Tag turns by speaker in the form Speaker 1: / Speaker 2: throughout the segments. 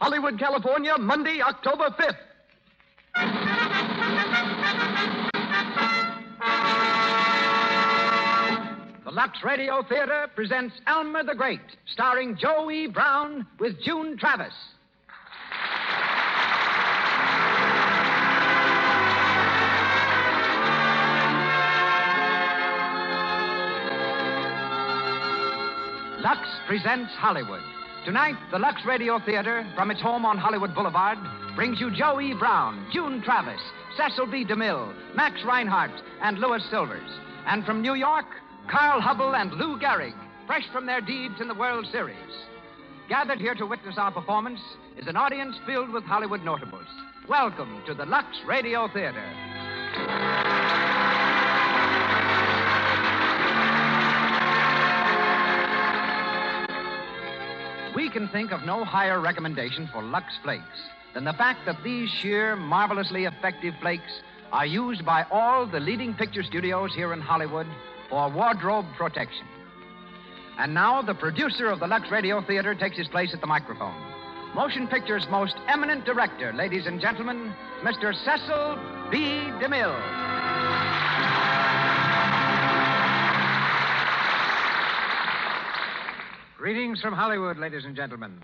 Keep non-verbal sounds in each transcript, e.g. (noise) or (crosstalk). Speaker 1: Hollywood, California, Monday, October 5th. The Lux Radio Theater presents Elmer the Great, starring Joe E. Brown with June Travis. Lux presents Hollywood. Tonight, the Lux Radio Theater, from its home on Hollywood Boulevard, brings you Joe E. Brown, June Travis, Cecil B. DeMille, Max Reinhardt, and Louis Silvers. And from New York, Carl Hubble and Lou Gehrig, fresh from their deeds in the World Series. Gathered here to witness our performance is an audience filled with Hollywood notables. Welcome to the Lux Radio Theater. We can think of no higher recommendation for Lux Flakes than the fact that these sheer, marvelously effective flakes are used by all the leading picture studios here in Hollywood for wardrobe protection. And now the producer of the Lux Radio Theater takes his place at the microphone. Motion Pictures' most eminent director, ladies and gentlemen, Mr. Cecil B. DeMille. Greetings from Hollywood, ladies and gentlemen.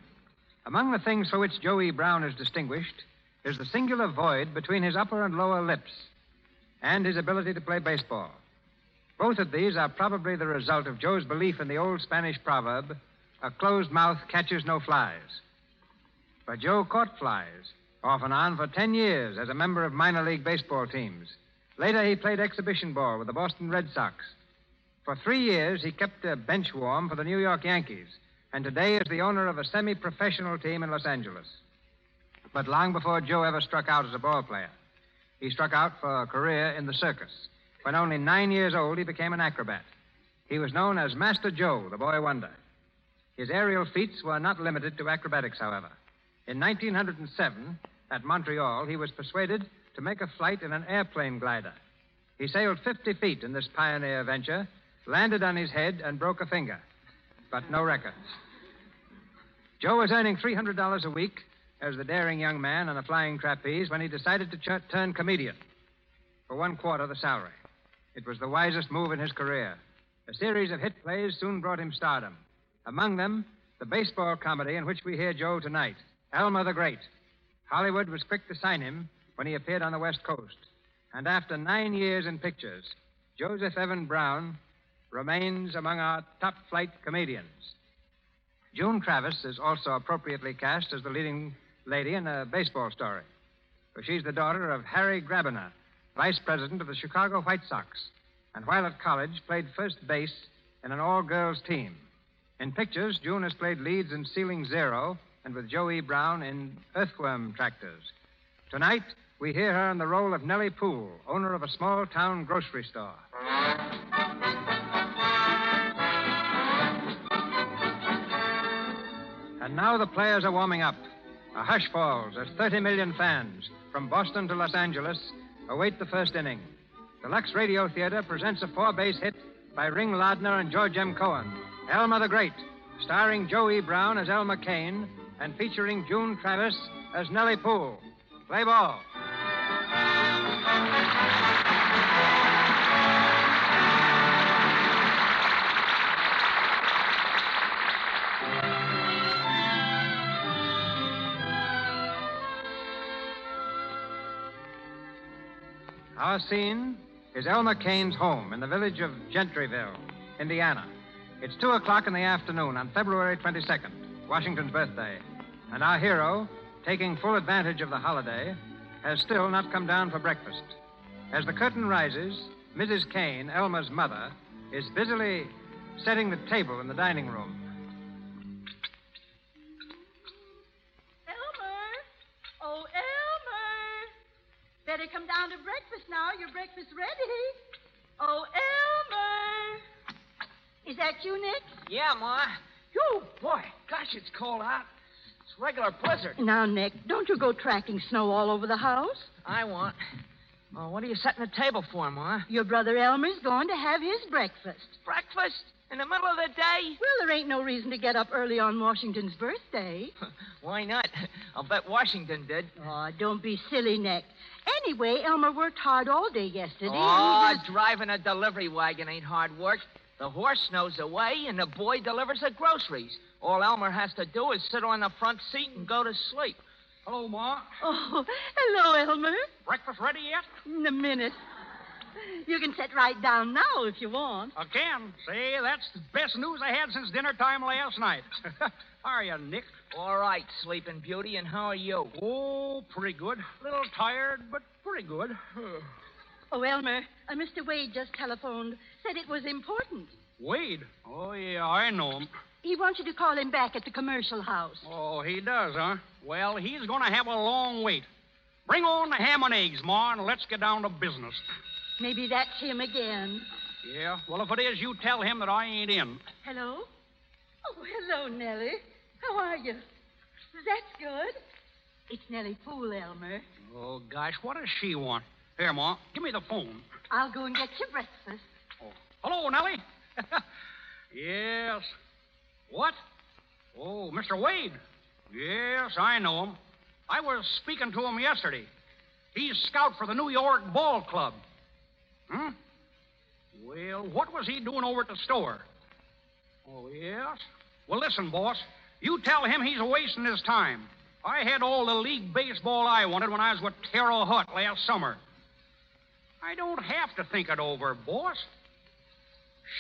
Speaker 1: Among the things for which Joey Brown is distinguished is the singular void between his upper and lower lips and his ability to play baseball. Both of these are probably the result of Joe's belief in the old Spanish proverb, a closed mouth catches no flies. But Joe caught flies, off and on, for 10 years as a member of minor league baseball teams. Later, he played exhibition ball with the Boston Red Sox. For three years, he kept a bench warm for the New York Yankees, and today is the owner of a semi professional team in Los Angeles. But long before Joe ever struck out as a ball player, he struck out for a career in the circus. When only nine years old, he became an acrobat. He was known as Master Joe, the boy wonder. His aerial feats were not limited to acrobatics, however. In 1907, at Montreal, he was persuaded to make a flight in an airplane glider. He sailed 50 feet in this pioneer venture, landed on his head, and broke a finger, but no records. Joe was earning $300 a week as the daring young man on a flying trapeze when he decided to ch- turn comedian for one quarter the salary. It was the wisest move in his career. A series of hit plays soon brought him stardom. Among them, the baseball comedy in which we hear Joe tonight, Elmer the Great. Hollywood was quick to sign him when he appeared on the West Coast. And after nine years in pictures, Joseph Evan Brown remains among our top flight comedians. June Travis is also appropriately cast as the leading lady in a baseball story. For she's the daughter of Harry Grabiner, vice president of the Chicago White Sox, and while at college played first base in an all girls team. In pictures, June has played leads in Ceiling Zero and with Joey Brown in Earthworm Tractors. Tonight, we hear her in the role of Nellie Poole, owner of a small town grocery store. And And now the players are warming up. A hush falls as 30 million fans from Boston to Los Angeles await the first inning. The Lux Radio Theater presents a four base hit by Ring Lardner and George M. Cohen, Elmer the Great, starring Joe E. Brown as Elmer Kane and featuring June Travis as Nellie Poole. Play ball. Our scene is Elmer Kane's home in the village of Gentryville, Indiana. It's 2 o'clock in the afternoon on February 22nd, Washington's birthday, and our hero, taking full advantage of the holiday, has still not come down for breakfast. As the curtain rises, Mrs. Kane, Elmer's mother, is busily setting the table in the dining room.
Speaker 2: Elmer! Oh, Elmer! Better come down to breakfast now. Your breakfast's ready. Oh, Elmer! Is that you, Nick?
Speaker 3: Yeah, Ma. You boy, gosh, it's cold out. It's regular blizzard.
Speaker 2: Now, Nick, don't you go tracking snow all over the house.
Speaker 3: I want. Well, what are you setting the table for, Ma?
Speaker 2: Your brother Elmer's going to have his breakfast.
Speaker 3: Breakfast in the middle of the day?
Speaker 2: Well, there ain't no reason to get up early on Washington's
Speaker 3: (laughs)
Speaker 2: birthday.
Speaker 3: Why not? I'll bet Washington did.
Speaker 2: Aw, don't be silly, Nick. Anyway, Elmer worked hard all day yesterday.
Speaker 3: oh,
Speaker 2: and he just-
Speaker 3: driving a delivery wagon ain't hard work. The horse knows the way, and the boy delivers the groceries. All Elmer has to do is sit on the front seat and go to sleep. Hello, Ma.
Speaker 2: Oh, hello, Elmer.
Speaker 3: Breakfast ready yet?
Speaker 2: In a minute. You can sit right down now if you want.
Speaker 4: I can. Say, that's the best news I had since dinner time last night. (laughs) how are you, Nick?
Speaker 3: All right, Sleeping Beauty, and how are you?
Speaker 4: Oh, pretty good. A little tired, but pretty good.
Speaker 2: Oh, Elmer, uh, Mr. Wade just telephoned. Said it was important.
Speaker 4: Wade? Oh, yeah, I know him.
Speaker 2: He wants you to call him back at the commercial house.
Speaker 4: Oh, he does, huh? Well, he's going to have a long wait. Bring on the ham and eggs, Ma, and let's get down to business.
Speaker 2: Maybe that's him again.
Speaker 4: Yeah, well, if it is, you tell him that I ain't in.
Speaker 2: Hello? Oh, hello, Nellie. How are you? That's good. It's Nellie Poole, Elmer.
Speaker 4: Oh, gosh, what does she want? Here, Ma, give me the phone.
Speaker 2: I'll go and get your breakfast.
Speaker 4: Oh. Hello, Nellie. yes. What? Oh, Mr. Wade. Yes, I know him. I was speaking to him yesterday. He's scout for the New York Ball Club. Hmm? Well, what was he doing over at the store? Oh, yes? Well, listen, boss. You tell him he's wasting his time. I had all the league baseball I wanted when I was with Terrell Hutt last summer. I don't have to think it over, boss.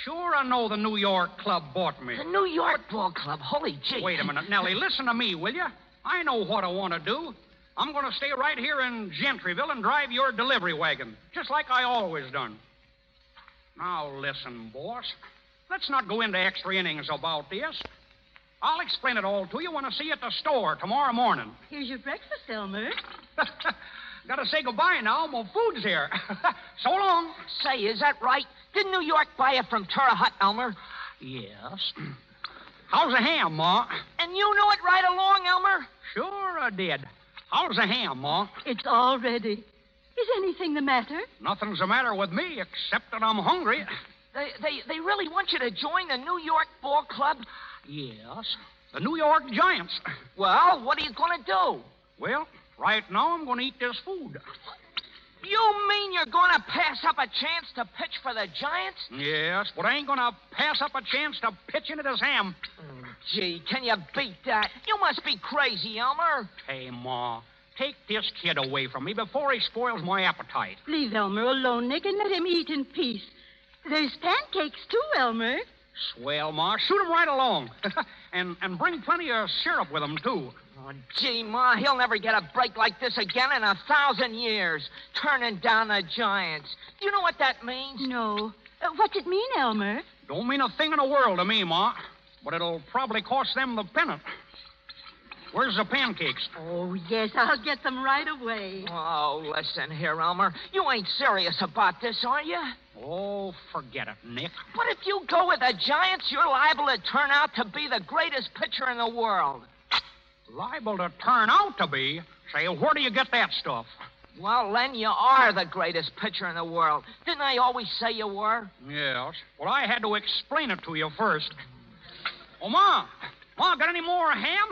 Speaker 4: Sure, I know the New York club bought me.
Speaker 3: The New York Ball Club. Holy gee.
Speaker 4: Wait a minute, Nellie. Listen to me, will you? I know what I want to do. I'm going to stay right here in Gentryville and drive your delivery wagon, just like I always done. Now, listen, boss. Let's not go into extra innings about this. I'll explain it all to you when I see you at the store tomorrow morning.
Speaker 2: Here's your breakfast, Elmer.
Speaker 4: (laughs) Gotta say goodbye now. My food's here. (laughs) so long.
Speaker 3: Say, is that right? Did New York buy it from Terra Hut, Elmer?
Speaker 4: Yes. (clears throat) How's the ham, Ma?
Speaker 3: And you knew it right along, Elmer?
Speaker 4: Sure I did. How's the ham, Ma?
Speaker 2: It's all ready. Is anything the matter?
Speaker 4: Nothing's the matter with me except that I'm hungry.
Speaker 3: They, they, they really want you to join the New York Ball Club?
Speaker 4: Yes. The New York Giants.
Speaker 3: Well, what are you going to do?
Speaker 4: Well, right now I'm going to eat this food.
Speaker 3: You mean you're going to pass up a chance to pitch for the Giants?
Speaker 4: Yes, but I ain't going to pass up a chance to pitch into this ham.
Speaker 3: Mm, Gee, can you beat that? You must be crazy, Elmer.
Speaker 4: Hey, Ma, take this kid away from me before he spoils my appetite.
Speaker 2: Leave Elmer alone, Nick, and let him eat in peace. There's pancakes, too, Elmer.
Speaker 4: Swell, Ma, shoot him right along. (laughs) and, and bring plenty of syrup with him, too.
Speaker 3: Oh, gee, Ma, he'll never get a break like this again in a thousand years, turning down the Giants. Do you know what that means?
Speaker 2: No. Uh, what's it mean, Elmer?
Speaker 4: Don't mean a thing in the world to me, Ma. But it'll probably cost them the pennant. Where's the pancakes?
Speaker 2: Oh, yes, I'll get them right away.
Speaker 3: Oh, listen here, Elmer. You ain't serious about this, are you?
Speaker 4: Oh, forget it, Nick.
Speaker 3: But if you go with the Giants, you're liable to turn out to be the greatest pitcher in the world.
Speaker 4: Liable to turn out to be? Say, where do you get that stuff?
Speaker 3: Well, Len, you are the greatest pitcher in the world. Didn't I always say you were?
Speaker 4: Yes. Well, I had to explain it to you first. Oh, Ma! Ma, got any more ham?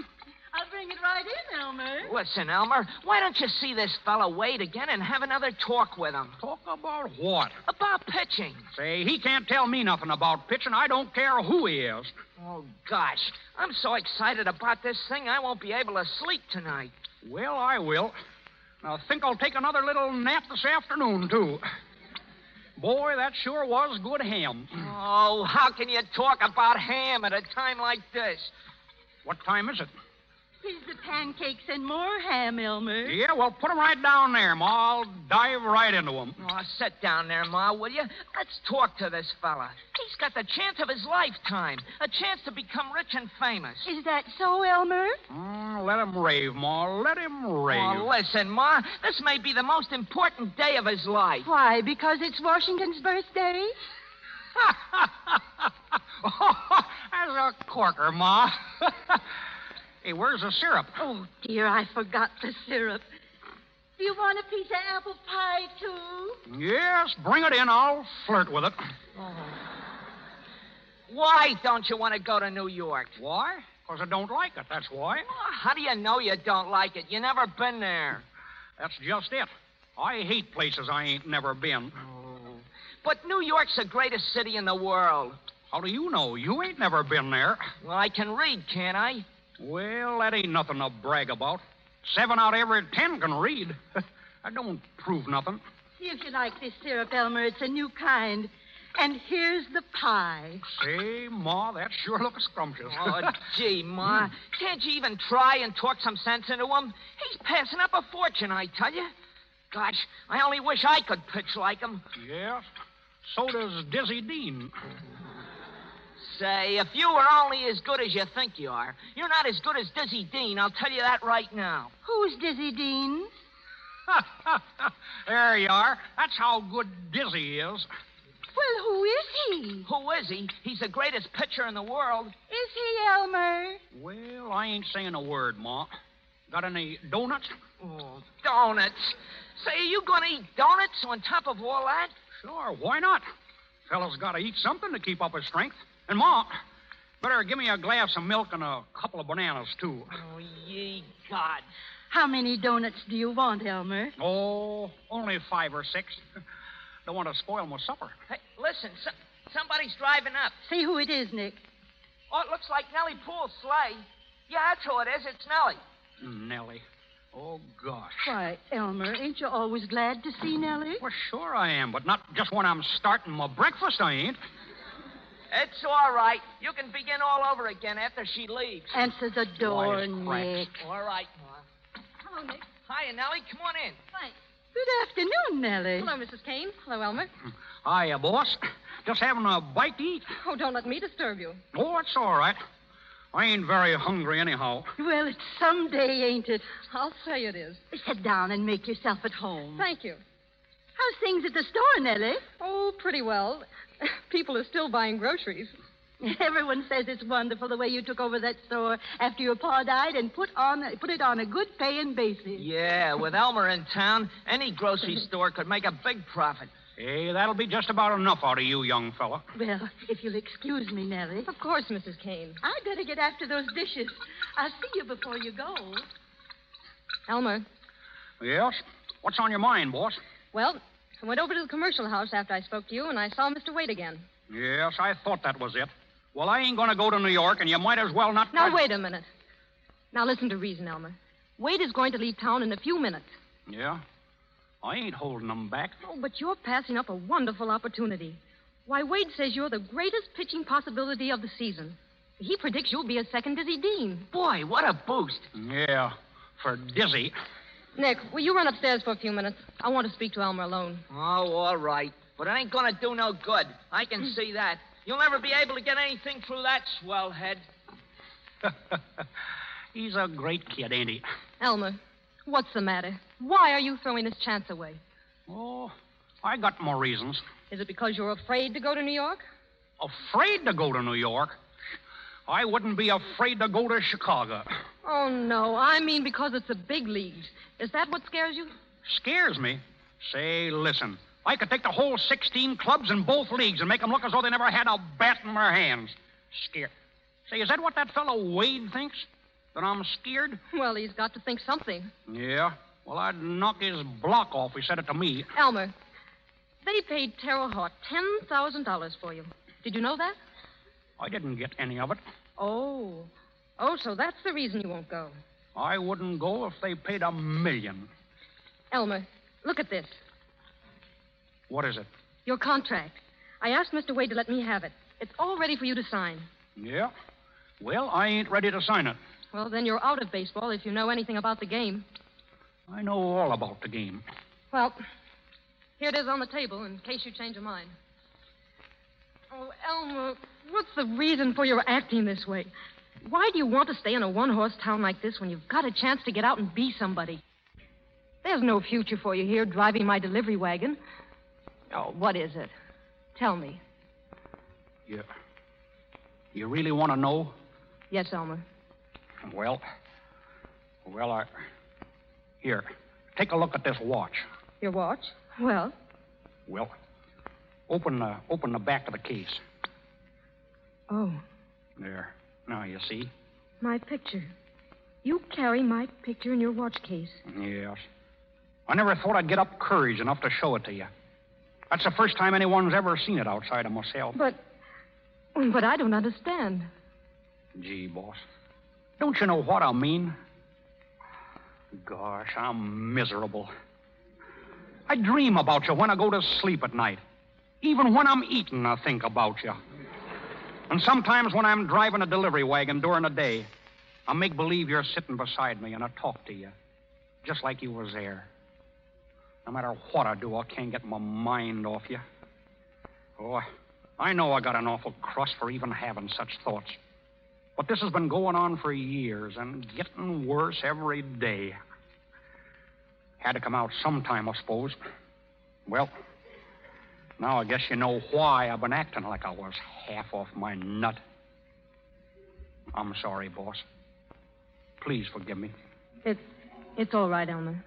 Speaker 2: I'll bring it right in, Elmer.
Speaker 3: Listen, Elmer, why don't you see this fellow Wade again and have another talk with him?
Speaker 4: Talk about what?
Speaker 3: About pitching.
Speaker 4: Say, he can't tell me nothing about pitching. I don't care who he is.
Speaker 3: Oh, gosh. I'm so excited about this thing, I won't be able to sleep tonight.
Speaker 4: Well, I will. Now, think I'll take another little nap this afternoon, too. Boy, that sure was good ham.
Speaker 3: Oh, how can you talk about ham at a time like this?
Speaker 4: What time is it?
Speaker 2: Pizza pancakes and more ham, Elmer.
Speaker 4: Yeah, well, put 'em right down there, Ma. I'll dive right into 'em. (laughs)
Speaker 3: Oh, sit down there, Ma, will you? Let's talk to this fella. He's got the chance of his lifetime, a chance to become rich and famous.
Speaker 2: Is that so, Elmer?
Speaker 4: Mm, let him rave, Ma. Let him rave.
Speaker 3: Oh, listen, Ma, this may be the most important day of his life.
Speaker 2: Why? Because it's
Speaker 4: (laughs)
Speaker 2: Washington's birthday?
Speaker 4: That's a corker, Ma. hey, where's the syrup?
Speaker 2: Oh, dear, I forgot the syrup. Do you want a piece of apple pie, too?
Speaker 4: Yes, bring it in. I'll flirt with it.
Speaker 3: Why don't you want to go to New York? Oh,
Speaker 4: Why? Because I don't like it, that's why.
Speaker 3: How do you know you don't like it? You never been there.
Speaker 4: That's just it. I hate places I ain't never been.
Speaker 3: Oh. But New York's the greatest city in the world.
Speaker 4: How do you know? You ain't never been there.
Speaker 3: Well, I can read, can't I?
Speaker 4: Well, that ain't nothing to brag about. Seven out of every ten can read. (laughs) that don't prove nothing.
Speaker 2: See if you like this syrup, Elmer. It's a new kind. And here's the pie.
Speaker 4: Say, Ma, that sure looks scrumptious.
Speaker 3: Oh, (laughs) gee, Ma. Can't you even try and talk some sense into him? He's passing up a fortune, I tell you. Gosh, I only wish I could pitch like him.
Speaker 4: yes. So does Dizzy Dean.
Speaker 3: Say, if you were only as good as you think you are, you're not as good as Dizzy Dean, I'll tell you that right now.
Speaker 2: Who's Dizzy Dean?
Speaker 4: (laughs) there you are. That's how good Dizzy is.
Speaker 2: Well, who is he? Is
Speaker 3: Who is he? He's the greatest pitcher in the world.
Speaker 2: he Elmer?
Speaker 4: Well, I ain't saying a word, Ma. Got any donuts?
Speaker 3: Oh, donuts. Say, are you going to eat donuts on top of all that?
Speaker 4: Sure, why not? Fellow's got to eat something to keep up his strength. And, Ma, better give me a glass of milk and a couple of bananas, too.
Speaker 3: Oh, ye gods.
Speaker 2: How many donuts do you want, Elmer?
Speaker 4: Oh, only five or six. Don't want to spoil my supper.
Speaker 3: Hey, listen, some, somebody's driving up.
Speaker 2: See who it is, Nick.
Speaker 3: Oh, it looks like Nellie Poole's sleigh. Yeah, that's who it is. It's Nellie.
Speaker 4: Nellie. Oh, gosh.
Speaker 2: Why, Elmer, ain't you always glad to see Nellie?
Speaker 4: Well, sure I am, but not just when I'm starting my breakfast, I ain't.
Speaker 3: It's all right. You can begin all over again after she leaves.
Speaker 2: Answer the door, Nick.
Speaker 4: Wisecracks.
Speaker 3: All right, Ma.
Speaker 5: Hello, Nick.
Speaker 3: Hiya, Nellie. Come on in.
Speaker 5: Thanks.
Speaker 2: Good afternoon, Nellie.
Speaker 5: Hello, Mrs. Kane. Hello, Oh, Elmer.
Speaker 4: Hiya, uh, boss. Just having a bite to eat.
Speaker 5: Oh, don't let me disturb you.
Speaker 4: Oh, it's all right. I ain't very hungry, anyhow.
Speaker 2: Well, it's someday, ain't it?
Speaker 5: I'll say it is.
Speaker 2: Sit down and make yourself at home.
Speaker 5: Thank you.
Speaker 2: How's things at the store, Nellie?
Speaker 5: Oh, pretty well. People are still buying groceries.
Speaker 2: (laughs) Everyone says it's wonderful the way you took over that store after your pa died and put on put it on a good paying basis.
Speaker 3: Yeah, with Elmer in town,
Speaker 5: (laughs)
Speaker 3: any grocery store could make a big profit.
Speaker 4: Hey, that'll be just about enough out of you, young fella.
Speaker 2: Well, if you'll excuse me, Nellie,
Speaker 5: Of course, Mrs. Kane.
Speaker 2: I'd better get after those dishes. I'll see you before you go.
Speaker 5: Elmer.
Speaker 4: Yes? What's on your mind, boss?
Speaker 5: Well, I went over to the commercial house after I spoke to you, and I saw Mr. Wade again.
Speaker 4: Yes, I thought that was it. Well, I ain't going to go to New York, and you might as well not.
Speaker 5: Now, wait a minute. Now, listen to reason, Elmer. Wade is going to leave town in a few minutes.
Speaker 4: Yeah? I ain't holding them back.
Speaker 5: Oh, but you're passing up a wonderful opportunity. Why, Wade says you're the greatest pitching possibility of the season. He predicts you'll be a second Dizzy Dean.
Speaker 3: Boy, what a boost.
Speaker 4: Yeah, for Dizzy.
Speaker 5: Nick, will you run upstairs for a few minutes? I want to speak to Elmer alone.
Speaker 3: Oh, all right. But it ain't gonna do no good. I can see that. You'll never be able to get anything through that swell head.
Speaker 4: He's a great kid, ain't he?
Speaker 5: Elmer, what's the matter? Why are you throwing this chance away?
Speaker 4: Oh, I got more reasons.
Speaker 5: Is it because you're afraid to go to New York?
Speaker 4: Afraid to go to New York? I wouldn't be afraid to go to Chicago.
Speaker 5: Oh, no. I mean, because it's the big leagues. Is that what scares you?
Speaker 4: Scares me. Say, listen, I could take the whole 16 clubs in both leagues and make them look as though they never had a bat in their hands. Scared. Say, is that what that fellow Wade thinks? That I'm scared?
Speaker 5: Well, he's got to think something.
Speaker 4: Yeah. Well, I'd knock his block off. He said it to me.
Speaker 5: Elmer, they paid Terre Haute $10,000 for you. Did you know that?
Speaker 4: I didn't get any of it.
Speaker 5: Oh. Oh, so that's the reason you won't go.
Speaker 4: I wouldn't go if they paid a million.
Speaker 5: Elmer, look at this.
Speaker 4: What is it?
Speaker 5: Your contract. I asked Mr. Wade to let me have it. It's all ready for you to sign.
Speaker 4: Yeah. Well, I ain't ready to sign it.
Speaker 5: Well, then you're out of baseball if you know anything about the game.
Speaker 4: I know all about the game.
Speaker 5: Well, here it is on the table in case you change your mind. Oh, Elmer, what's the reason for your acting this way? Why do you want to stay in a one horse town like this when you've got a chance to get out and be somebody? There's no future for you here driving my delivery wagon. Oh, what is it? Tell me.
Speaker 4: You, you really want to know?
Speaker 5: Yes, Elmer.
Speaker 4: Well, well, I. Here, take a look at this watch.
Speaker 5: Your watch? Well,
Speaker 4: Well, open the open the back of the case.
Speaker 5: oh,
Speaker 4: There. Now you see.
Speaker 5: my picture. You carry my picture in your watch case.
Speaker 4: Yes. I never thought I'd get up courage enough to show it to you. That's the first time anyone's ever seen it outside of myself.
Speaker 5: But. But I don't understand.
Speaker 4: Gee, boss. Don't you know what I mean? Gosh, I'm miserable. I dream about you when I go to sleep at night. Even when I'm eating, I think about you. And sometimes when I'm driving a delivery wagon during the day, I make believe you're sitting beside me and I talk to you, just like you was there. No matter what I do, I can't get my mind off you. Oh, I know I got an awful crust for even having such thoughts. But this has been going on for years and getting worse every day. Had to come out sometime, I suppose. Well, now I guess you know why I've been acting like I was half off my nut. I'm sorry, boss. Please forgive me.
Speaker 5: It's. It's all right, Elmer.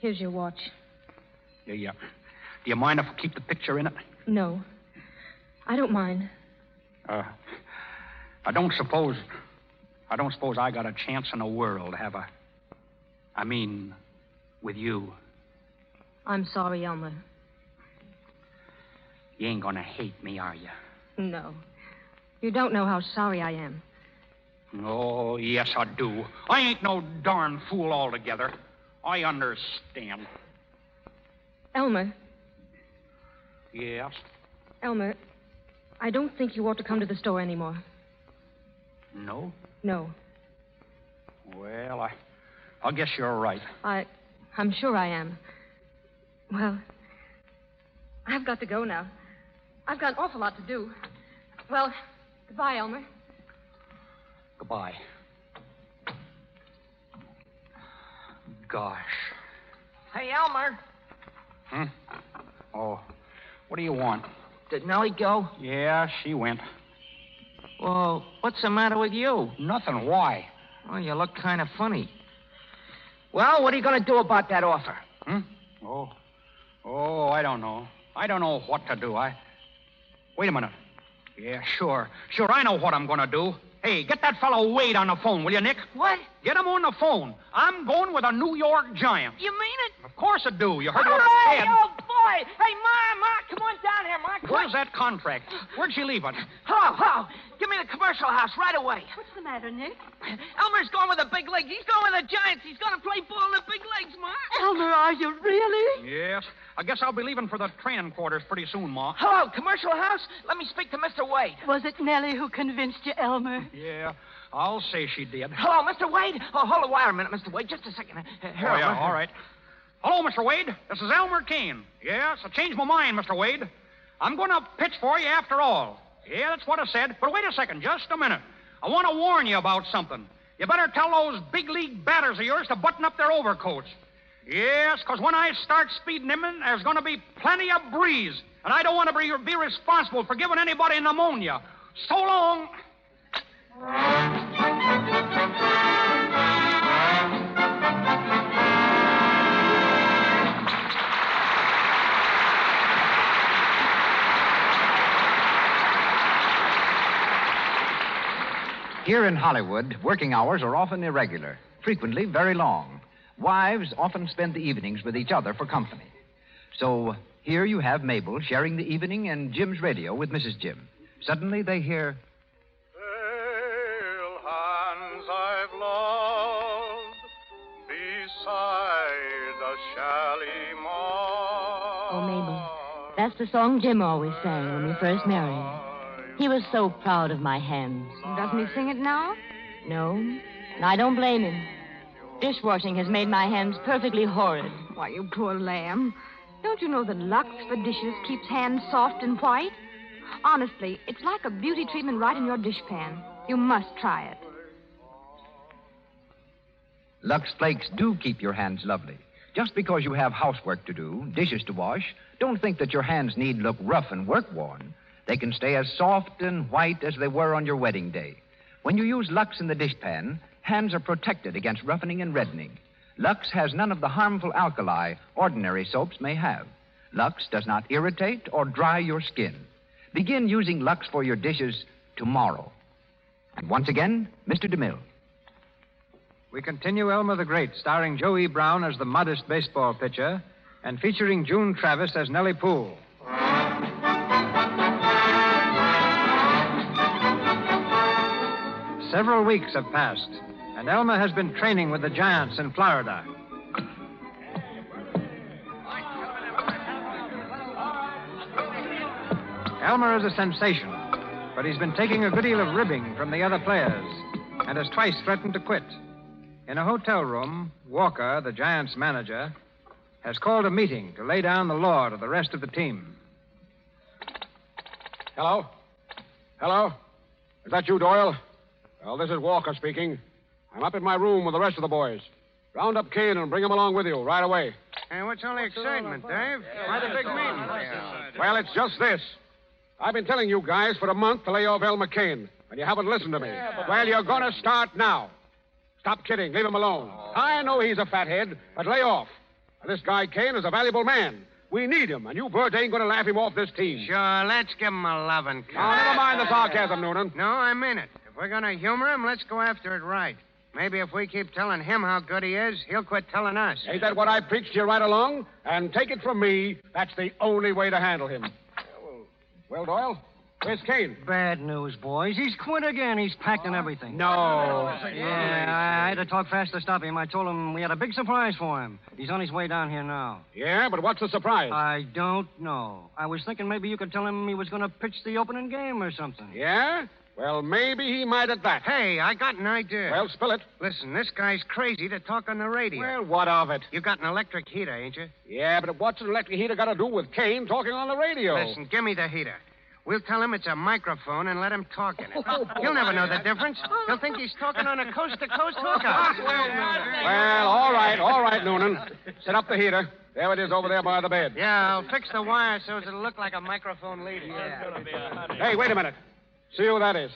Speaker 5: Here's your watch.
Speaker 4: Yeah, yeah. Do you mind if I keep the picture in it?
Speaker 5: No. I don't mind.
Speaker 4: Uh, I don't suppose. I don't suppose I got a chance in the world, have I? I mean, with you.
Speaker 5: I'm sorry, Elmer.
Speaker 4: You ain't gonna hate me, are you?
Speaker 5: No. You don't know how sorry I am.
Speaker 4: Oh, yes, I do. I ain't no darn fool altogether. I understand.
Speaker 5: Elmer,
Speaker 4: Yes.
Speaker 5: Elmer, I don't think you ought to come to the store anymore.
Speaker 4: No?
Speaker 5: No.
Speaker 4: Well, I, I guess you're right.
Speaker 5: I. I'm sure I am. Well, I've got to go now. I've got an awful lot to do. Well, goodbye, Elmer.
Speaker 4: Goodbye. Gosh.
Speaker 3: Hey, Elmer.
Speaker 4: Hmm? Oh, what do you want?
Speaker 3: Did Nellie go?
Speaker 4: Yeah, she went.
Speaker 3: Well, what's the matter with you?
Speaker 4: Nothing. Why?
Speaker 3: Oh, you look kind of funny. Well, what are you going to do about that offer?
Speaker 4: Hmm? Oh. Oh, I don't know. I don't know what to do. I. Wait a minute. Yeah, sure. Sure, I know what I'm going to do. Hey, get that fellow Wade on the phone, will you, Nick?
Speaker 3: What?
Speaker 4: Get him on the phone. I'm going with a New York Giant.
Speaker 3: You mean it?
Speaker 4: Of course I do. Oh, You heard
Speaker 3: All
Speaker 4: what I
Speaker 3: right,
Speaker 4: said.
Speaker 3: oh boy! Hey, Ma, Ma, come on down here, Ma. Come on.
Speaker 4: Where's that contract? Where'd she leave it?
Speaker 3: Hello, hello. Give me the commercial house right away.
Speaker 2: What's the matter, Nick?
Speaker 3: Elmer's going with the big leagues. He's going with the Giants. He's going to play ball in the big leagues, Ma.
Speaker 2: Elmer, are you really?
Speaker 4: Yes. I guess I'll be leaving for the training quarters pretty soon, Ma.
Speaker 2: Oh,
Speaker 3: Hello, Oh, commercial house. Let me speak to Mr. Wade.
Speaker 2: Was it Nellie who convinced you, Elmer?
Speaker 4: Yeah, I'll say she did. Oh,
Speaker 3: Hello, Mr. Wade. Oh, hold the wire a minute, Mr. Wade. Just a second. Uh, here,
Speaker 4: Oh, yeah,
Speaker 3: Elmer.
Speaker 4: all right. Hello, Mr. Wade. This is Elmer Kane. Yes, I changed my mind, Mr. Wade. I'm going to pitch for you after all. Yeah, that's what I said. But wait a second, just a minute. I want to warn you about something. You better tell those big league batters of yours to button up their overcoats. Yes, 'cause when I start speeding them, in, there's going to be plenty of breeze. And I don't want to be, be responsible for giving anybody pneumonia. So long.
Speaker 6: Here in Hollywood, working hours are often irregular, frequently very long. Wives often spend the evenings with each other for company. So here you have Mabel sharing the evening and Jim's radio with Mrs. Jim. Suddenly they hear
Speaker 7: Pale hands I've loved beside a Shalimar.
Speaker 8: Oh, Mabel, that's the song Jim always sang when we first married. He was so proud of my hands.
Speaker 5: Doesn't he sing it now?
Speaker 8: No, and I don't blame him. Dishwashing has made my hands perfectly horrid.
Speaker 5: Why, you poor lamb. Don't you know that Lux for dishes keeps hands soft and white? Honestly, it's like a beauty treatment right in your dishpan. You must try it.
Speaker 6: Lux Flakes do keep your hands lovely. Just because you have housework to do, dishes to wash, don't think that your hands need look rough and work worn. They can stay as soft and white as they were on your wedding day. When you use Lux in the dishpan, hands are protected against roughening and reddening. Lux has none of the harmful alkali ordinary soaps may have. Lux does not irritate or dry your skin. Begin using Lux for your dishes tomorrow. And once again, Mr. DeMille. We continue Elmer the Great, starring Joey Brown as the modest baseball pitcher and featuring June Travis as Nellie Poole. Several weeks have passed, and Elmer has been training with the Giants in Florida. Elmer is a sensation, but he's been taking a good deal of ribbing from the other players and has twice threatened to quit. In a hotel room, Walker, the Giants manager, has called a meeting to lay down the law to the rest of the team.
Speaker 9: Hello? Hello? Is that you, Doyle? Well, this is Walker speaking. I'm up in my room with the rest of the boys. Round up Kane and bring him along with you right away.
Speaker 10: And what's all the excitement, Dave? Why the big meeting?
Speaker 9: Well, it's just this. I've been telling you guys for a month to lay off El McCain, and you haven't listened to me. well, you're going to start now. Stop kidding. Leave him alone. I know he's a fathead, but lay off. And this guy Kane is a valuable man. We need him, and you birds ain't going to laugh him off this team.
Speaker 10: Sure, let's give him a loving kiss.
Speaker 9: Now, never mind the sarcasm, Noonan.
Speaker 10: No, I mean it. If we're going to humor him, let's go after it right. Maybe if we keep telling him how good he is, he'll quit telling us.
Speaker 9: Ain't that what I preached to you right along? And take it from me, that's the only way to handle him. Well, Doyle, where's Kane?
Speaker 1: Bad news, boys. He's quit again. He's packing everything.
Speaker 9: No.
Speaker 1: Yeah, I, I had to talk fast to stop him. I told him we had a big surprise for him. He's on his way down here now.
Speaker 9: Yeah, but what's the surprise?
Speaker 1: I don't know. I was thinking maybe you could tell him he was going to pitch the opening game or something.
Speaker 9: Yeah? Well, maybe he might at that.
Speaker 10: Hey, I got an idea.
Speaker 9: Well, spill it.
Speaker 10: Listen, this guy's crazy to talk on the radio.
Speaker 9: Well, what of it?
Speaker 10: You've got an electric heater, ain't you?
Speaker 9: Yeah, but what's an electric heater got to do with Kane talking on the radio?
Speaker 10: Listen, give me the heater. We'll tell him it's a microphone and let him talk
Speaker 9: (laughs)
Speaker 10: in it.
Speaker 9: Oh,
Speaker 10: He'll never know the difference. He'll think he's talking on a coast to coast
Speaker 9: (laughs)
Speaker 10: hookup.
Speaker 9: Well, all right, all right, Noonan. Set up the heater. There it is over there by the bed.
Speaker 10: Yeah, I'll fix the wire so it'll look like a microphone leading.
Speaker 9: Hey, wait a minute. See who that is.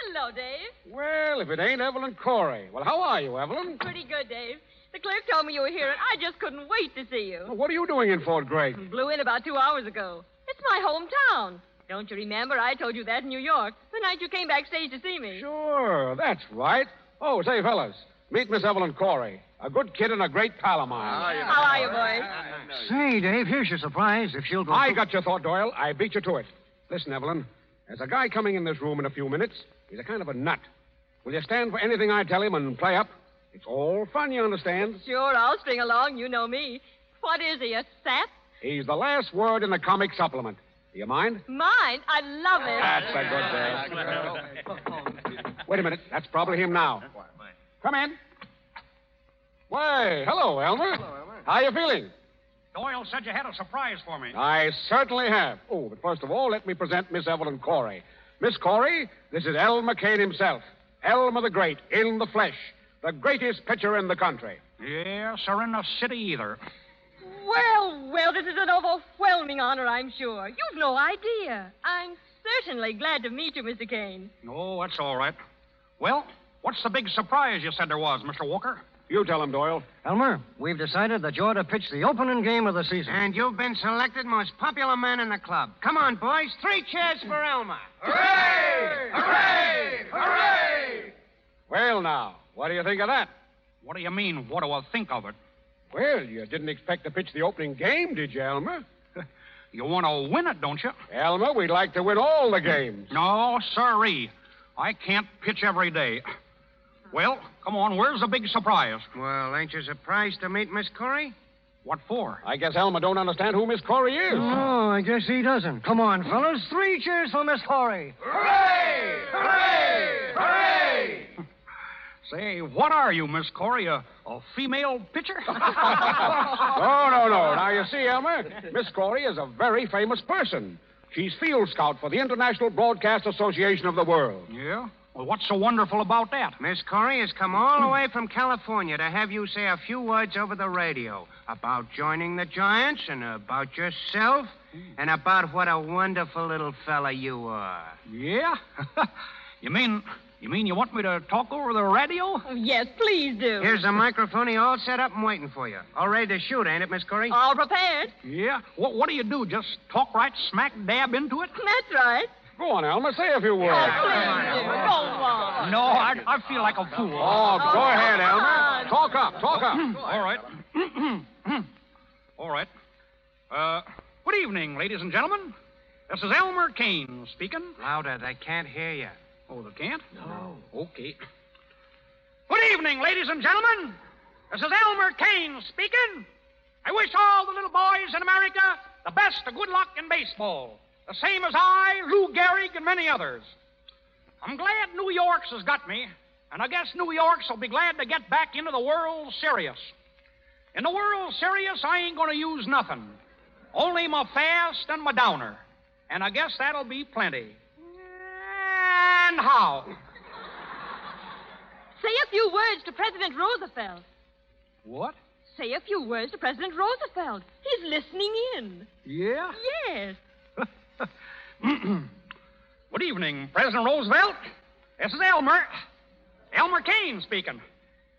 Speaker 11: Hello, Dave.
Speaker 9: Well, if it ain't Evelyn Corey. Well, how are you, Evelyn?
Speaker 11: Pretty good, Dave. The clerk told me you were here, and I just couldn't wait to see you.
Speaker 9: What are you doing in Fort Gregg?
Speaker 11: Blew in about two hours ago. It's my hometown. Don't you remember? I told you that in New York the night you came backstage to see me.
Speaker 9: Sure, that's right. Oh, say, fellas, meet Miss Evelyn Corey. A good kid and a great pal of mine.
Speaker 11: How are you, boys?
Speaker 1: Say, Dave, here's your surprise. If she'll go.
Speaker 9: I got your thought, Doyle. I beat you to it. Listen, Evelyn, there's a guy coming in this room in a few minutes. He's a kind of a nut. Will you stand for anything I tell him and play up? It's all fun, you understand?
Speaker 11: Sure, I'll string along. You know me. What is he, a sap?
Speaker 9: He's the last word in the comic supplement. Do you mind?
Speaker 11: Mine? I love it.
Speaker 9: That's a good day. Wait a minute. That's probably him now. Come in. Why, hello, Elmer. Hello, Elmer. How you feeling?
Speaker 10: Doyle said you had a surprise for me.
Speaker 9: I certainly have. Oh, but first of all, let me present Miss Evelyn Corey. Miss Corey, this is El McCain himself. Elmer the Great, in the flesh. The greatest pitcher in the country.
Speaker 10: Yes, or in the city either.
Speaker 11: Well, well, this is an overwhelming honor, I'm sure. You've no idea. I'm certainly glad to meet you, Mr. Kane.
Speaker 10: Oh, that's all right.
Speaker 4: Well, what's the big surprise you said there was, Mr. Walker?
Speaker 9: You tell him, Doyle.
Speaker 10: Elmer, we've decided that you're to pitch the opening game of the season.
Speaker 12: And you've been selected most popular man in the club. Come on, boys. Three cheers for Elmer.
Speaker 7: Hooray! Hooray! Hooray!
Speaker 9: Well, now, what do you think of that?
Speaker 4: What do you mean, what do I think of it?
Speaker 9: Well, you didn't expect to pitch the opening game, did you, Elmer?
Speaker 4: (laughs) You want to win it, don't you?
Speaker 9: Elmer, we'd like to win all the games.
Speaker 4: No, sorry. I can't pitch every day. Well, come on, where's the big surprise?
Speaker 12: Well, ain't you surprised to meet Miss Corey?
Speaker 4: What for?
Speaker 9: I guess Elmer don't understand who Miss Corey is.
Speaker 10: Oh, I guess he doesn't. Come on, fellas. Three cheers for Miss Corey.
Speaker 7: Hooray! Hooray! Hooray!
Speaker 4: Say, what are you, Miss Corey? A, a female pitcher?
Speaker 9: No, no, no. Now, you see, Elmer, Miss Corey is a very famous person. She's field scout for the International Broadcast Association of the World.
Speaker 4: Yeah? Well, what's so wonderful about that?
Speaker 12: Miss Corey has come all the way from California to have you say a few words over the radio about joining the Giants and about yourself and about what a wonderful little fella you are.
Speaker 4: Yeah? (laughs) you mean you mean you want me to talk over the radio?
Speaker 5: Oh, Yes, please do.
Speaker 12: Here's the microphone all set up and waiting for you. All ready to shoot, ain't it, Miss Corey?
Speaker 5: All prepared.
Speaker 4: Yeah? What, what do you do? Just talk right smack dab into it?
Speaker 5: That's right.
Speaker 9: Go on, Elmer. Say a few words.
Speaker 5: Oh, please do. Go on.
Speaker 4: No, I, I feel like a fool. Hmm,
Speaker 9: Oh, go
Speaker 5: Oh,
Speaker 9: ahead,
Speaker 5: come
Speaker 9: Elmer.
Speaker 5: on.
Speaker 9: Talk up, talk up.
Speaker 4: All right. All right. Uh, good evening, ladies and gentlemen. This is Elmer Kane speaking.
Speaker 12: Louder, they can't hear you.
Speaker 4: Oh, they can't? No. Okay. Good evening, ladies and gentlemen. This is Elmer Kane speaking. I wish all the little boys in America the best of good luck in baseball, the same as I, Lou Gehrig, and many others. I'm glad New York's has got me, and I guess New York's will be glad to get back into the World Series. In the World Series, I ain't going to use nothing, only my fast and my downer, and I guess that'll be plenty. And how?
Speaker 5: Say a few words to President Roosevelt.
Speaker 4: What?
Speaker 5: Say a few words to President Roosevelt. He's listening in.
Speaker 4: Yeah?
Speaker 5: Yes.
Speaker 4: (clears throat) Good evening, President Roosevelt. This is Elmer. Elmer Kane speaking.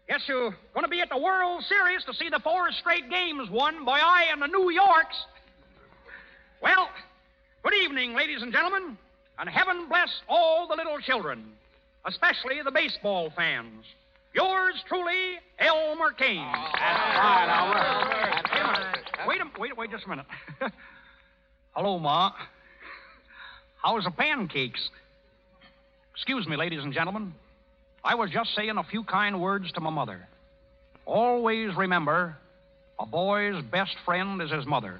Speaker 4: Guess you're going to be at the World Series to see the four straight games won by I and the New Yorks. Well, good evening, ladies and gentlemen, and heaven bless all the little children, especially the baseball fans. Yours truly, Elmer Kane.
Speaker 9: Fine, Elmer.
Speaker 4: Wait a wait, wait just a minute. (laughs) Hello, Ma. How's the pancakes? Excuse me, ladies and gentlemen. I was just saying a few kind words to my mother. Always remember, a boy's best friend is his mother.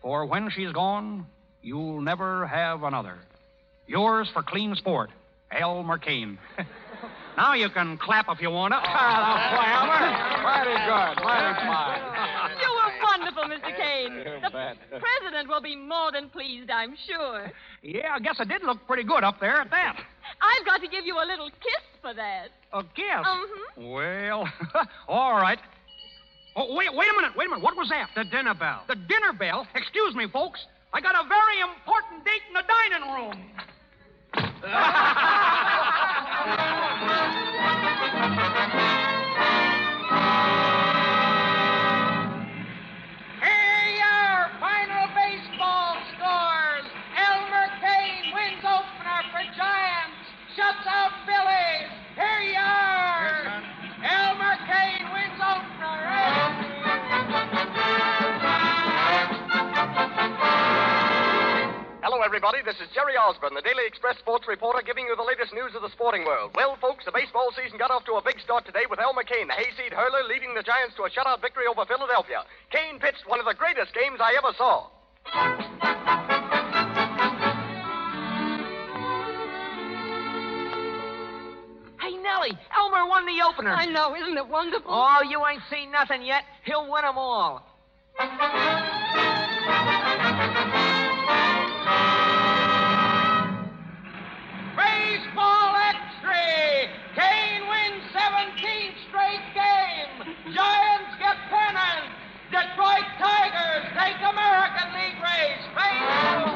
Speaker 4: For when she's gone, you'll never have another. Yours for clean sport, Elmer Kane. (laughs) now you can clap if you want (laughs) to.
Speaker 9: Mighty good, mighty fine.
Speaker 5: You were wonderful, Mr. Kane.
Speaker 9: You bet.
Speaker 5: The president will be more than pleased, I'm sure.
Speaker 4: Yeah, I guess it did look pretty good up there at that.
Speaker 5: I've got to give you a little kiss for that.
Speaker 4: A kiss.
Speaker 5: Mhm.
Speaker 4: Well, (laughs) all right. Oh, wait, wait a minute, wait a minute. What was that? The dinner bell. The dinner bell? Excuse me, folks. I got a very important date in the dining room.
Speaker 12: Here your final baseball scores. Elmer Kane wins opener for Giants. Shuts out Phillies. Here you are. Elmer Kane wins opener.
Speaker 13: Hello, everybody. This is Jerry Osborne, the Daily Express sports reporter, giving you the latest news of the sporting world. Well, folks, the baseball season got off to a big start today with Elmer Kane, the hayseed hurler, leading the Giants to a shutout victory over Philadelphia. Kane pitched one of the greatest games I ever saw.
Speaker 3: Hey, Nellie, Elmer won the opener.
Speaker 5: I know, isn't it wonderful?
Speaker 3: Oh, you ain't seen nothing yet. He'll win 'em all.
Speaker 12: Baseball X-ray. Kane wins 17th straight game. Giants get pennant. Detroit Tigers take American League race. Baseball.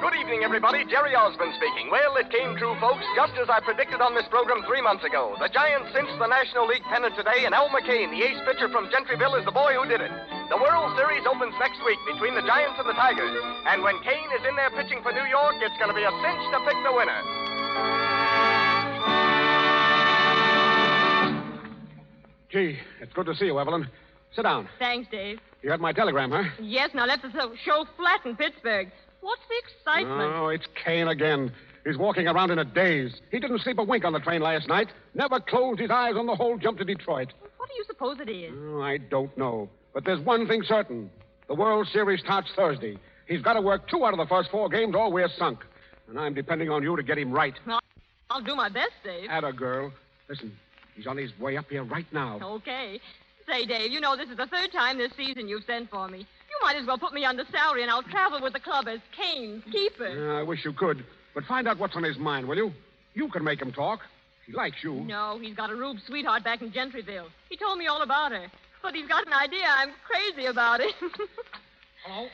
Speaker 13: Good evening, Osborne speaking. Well, it came true, folks, just as I predicted on this program three months ago. The Giants cinched the National League pennant today, and Al McCain, the ace pitcher from Gentryville, is the boy who did it. The World Series opens next week between the Giants and the Tigers, and when Kane is in there pitching for New York, it's going to be a cinch to pick the winner.
Speaker 9: Gee, it's good to see you, Evelyn. Sit down.
Speaker 11: Thanks, Dave.
Speaker 9: You got my telegram, huh?
Speaker 11: Yes, now let the so- show flat in Pittsburgh. What's the excitement?
Speaker 9: Oh, it's Kane again. He's walking around in a daze. He didn't sleep a wink on the train last night. Never closed his eyes on the whole jump to Detroit.
Speaker 11: What do you suppose it is?
Speaker 9: Oh, I don't know. But there's one thing certain. The World Series starts Thursday. He's got to work two out of the first four games or we're sunk. And I'm depending on you to get him right.
Speaker 11: I'll, I'll do my best, Dave.
Speaker 9: Atta girl. Listen, he's on his way up here right now.
Speaker 11: Okay. Say, Dave, you know this is the third time this season you've sent for me. You might as well put me under salary and I'll travel with the club as Kane's keeper.
Speaker 9: Yeah, Uh, I wish you could. But find out what's on his mind, will you? You can make him talk. He likes Uh, you.
Speaker 11: No, he's got a rube sweetheart back in Gentryville. He told me all about her. But he's got an idea I'm crazy about it. (laughs)
Speaker 4: Hello?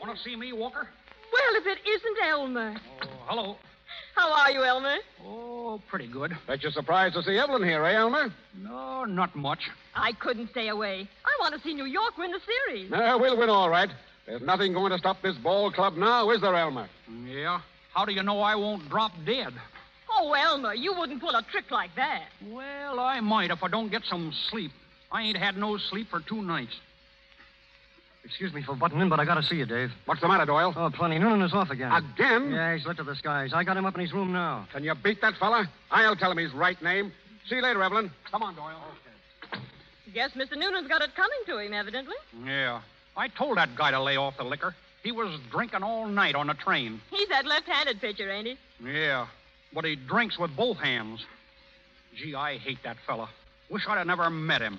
Speaker 4: Want to see me, Walker?
Speaker 11: well, if it isn't Elmer.
Speaker 4: Oh, hello.
Speaker 11: How are you, Elmer?
Speaker 4: Oh, pretty good.
Speaker 9: Bet you're surprised to see Evelyn here, eh, Elmer?
Speaker 4: No, not much.
Speaker 11: I couldn't stay away. I want to see New York win the series.
Speaker 9: Uh, we'll win all right. There's nothing going to stop this ball club now, is there, Elmer?
Speaker 4: Mm, Yeah? How do you know I won't drop dead?
Speaker 11: Oh, Elmer, you wouldn't pull a trick like that.
Speaker 4: Well, I might if I don't get some sleep. I ain't had no sleep for two nights.
Speaker 1: Excuse me for butting in, but I gotta see you, Dave.
Speaker 9: What's the matter, Doyle?
Speaker 1: Oh, plenty. Noonan is off again.
Speaker 9: Again?
Speaker 1: Yeah, he's lit to the skies. I got him up in his room now.
Speaker 9: Can you beat that fella? I'll tell him his right name. See you later, Evelyn. Come on, Doyle.
Speaker 11: Guess Mr. Noonan's got it coming to him, evidently.
Speaker 4: Yeah. I told that guy to lay off the liquor. He was drinking all night on the train.
Speaker 11: He's that left-handed pitcher, ain't he?
Speaker 4: Yeah. But he drinks with both hands. Gee, I hate that fella. Wish I'd have never met him.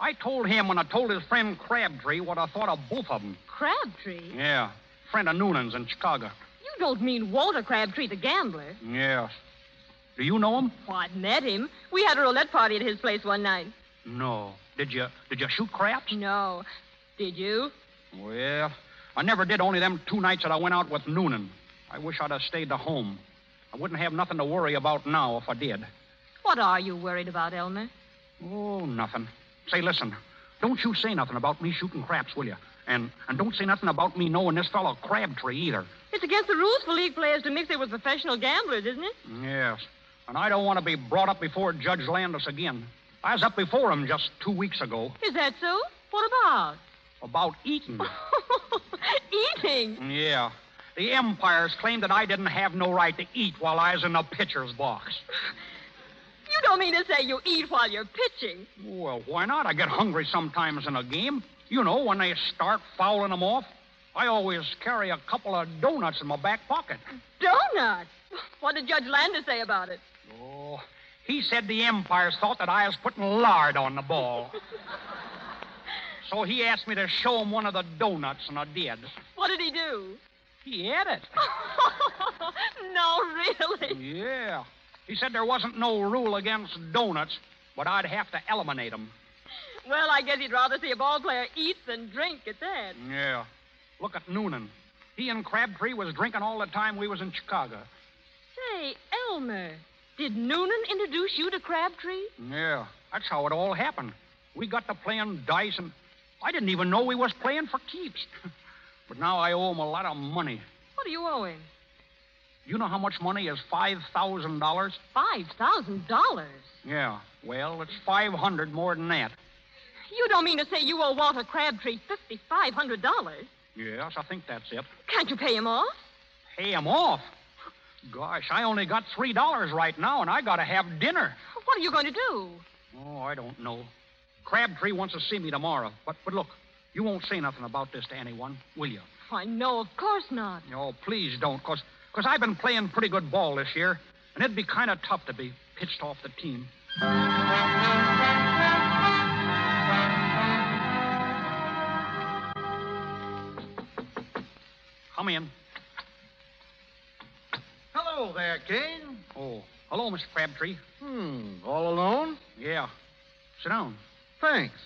Speaker 4: I told him when I told his friend Crabtree what I thought of both of them.
Speaker 11: Crabtree?
Speaker 4: Yeah. Friend of Noonan's in Chicago.
Speaker 11: You don't mean Walter Crabtree, the gambler.
Speaker 4: Yeah. Do you know him?
Speaker 11: Well, I've met him. We had a roulette party at his place one night.
Speaker 4: No. Did you did you shoot crap?
Speaker 11: No. Did you?
Speaker 4: Well, I never did only them two nights that I went out with Noonan. I wish I'd have stayed to home. I wouldn't have nothing to worry about now if I did.
Speaker 11: What are you worried about, Elmer?
Speaker 4: Oh, nothing. Say, listen, don't you say nothing about me shooting craps, will you? And and don't say nothing about me knowing this fellow Crabtree either.
Speaker 11: It's against the rules for league players to mix it with professional gamblers, isn't it?
Speaker 4: Yes. And I don't want to be brought up before Judge Landis again. I was up before him just two weeks ago
Speaker 11: Is that so? What about?
Speaker 4: about eating.
Speaker 11: (laughs) Eating.
Speaker 4: Yeah. The umpires claimed that I didn't have no right to eat while I was in the pitcher's box.
Speaker 11: You don't mean to say you eat while you're pitching.
Speaker 4: Well, why not? I get hungry sometimes in a game. You know, when they start fouling 'em off. I always carry a couple of donuts in my back pocket.
Speaker 11: Donuts? What did Judge Landis say about it?
Speaker 4: Oh, he said the umpires thought that I was putting lard on the (laughs) ball. so he asked me to show him one of the donuts, and I did.
Speaker 11: (laughs) What did he do? (laughs)
Speaker 4: He had it.
Speaker 11: no, really.
Speaker 4: Yeah. He said there wasn't no rule against donuts, but I'd have to eliminate 'em.
Speaker 11: Well, I guess he'd rather see a ball player eat than drink at that.
Speaker 4: Yeah. Look at Noonan. He and Crabtree was drinking all the time we was in Chicago.
Speaker 11: Say, Elmer, did Noonan introduce you to Crabtree?
Speaker 4: Yeah. That's how it all happened. We got to playing dice, and I didn't even know we was playing for keeps. (laughs) but now I owe him a lot of money.
Speaker 11: What do you owe him?
Speaker 4: You know how much money is five thousand dollars?
Speaker 11: Five thousand dollars.
Speaker 4: Yeah. Well, it's five hundred more than that.
Speaker 11: You don't mean to say you owe Walter Crabtree fifty five hundred dollars?
Speaker 4: Yes, I think that's it.
Speaker 11: Can't you pay him off?
Speaker 4: Pay him off. Gosh, I only got three dollars right now, and I gotta have dinner.
Speaker 11: What are you going to do?
Speaker 4: Oh, I don't know. Crabtree wants to see me tomorrow. But but look, you won't say nothing about this to anyone, will you?
Speaker 11: Why, no, of course not.
Speaker 4: Oh, please don't, cause cause I've been playing pretty good ball this year, and it'd be kind of tough to be pitched off the team. Come in.
Speaker 14: Hello there, Kane.
Speaker 4: Oh, hello, Mr. Crabtree.
Speaker 14: Hmm, all alone?
Speaker 4: Yeah. Sit down.
Speaker 14: Thanks.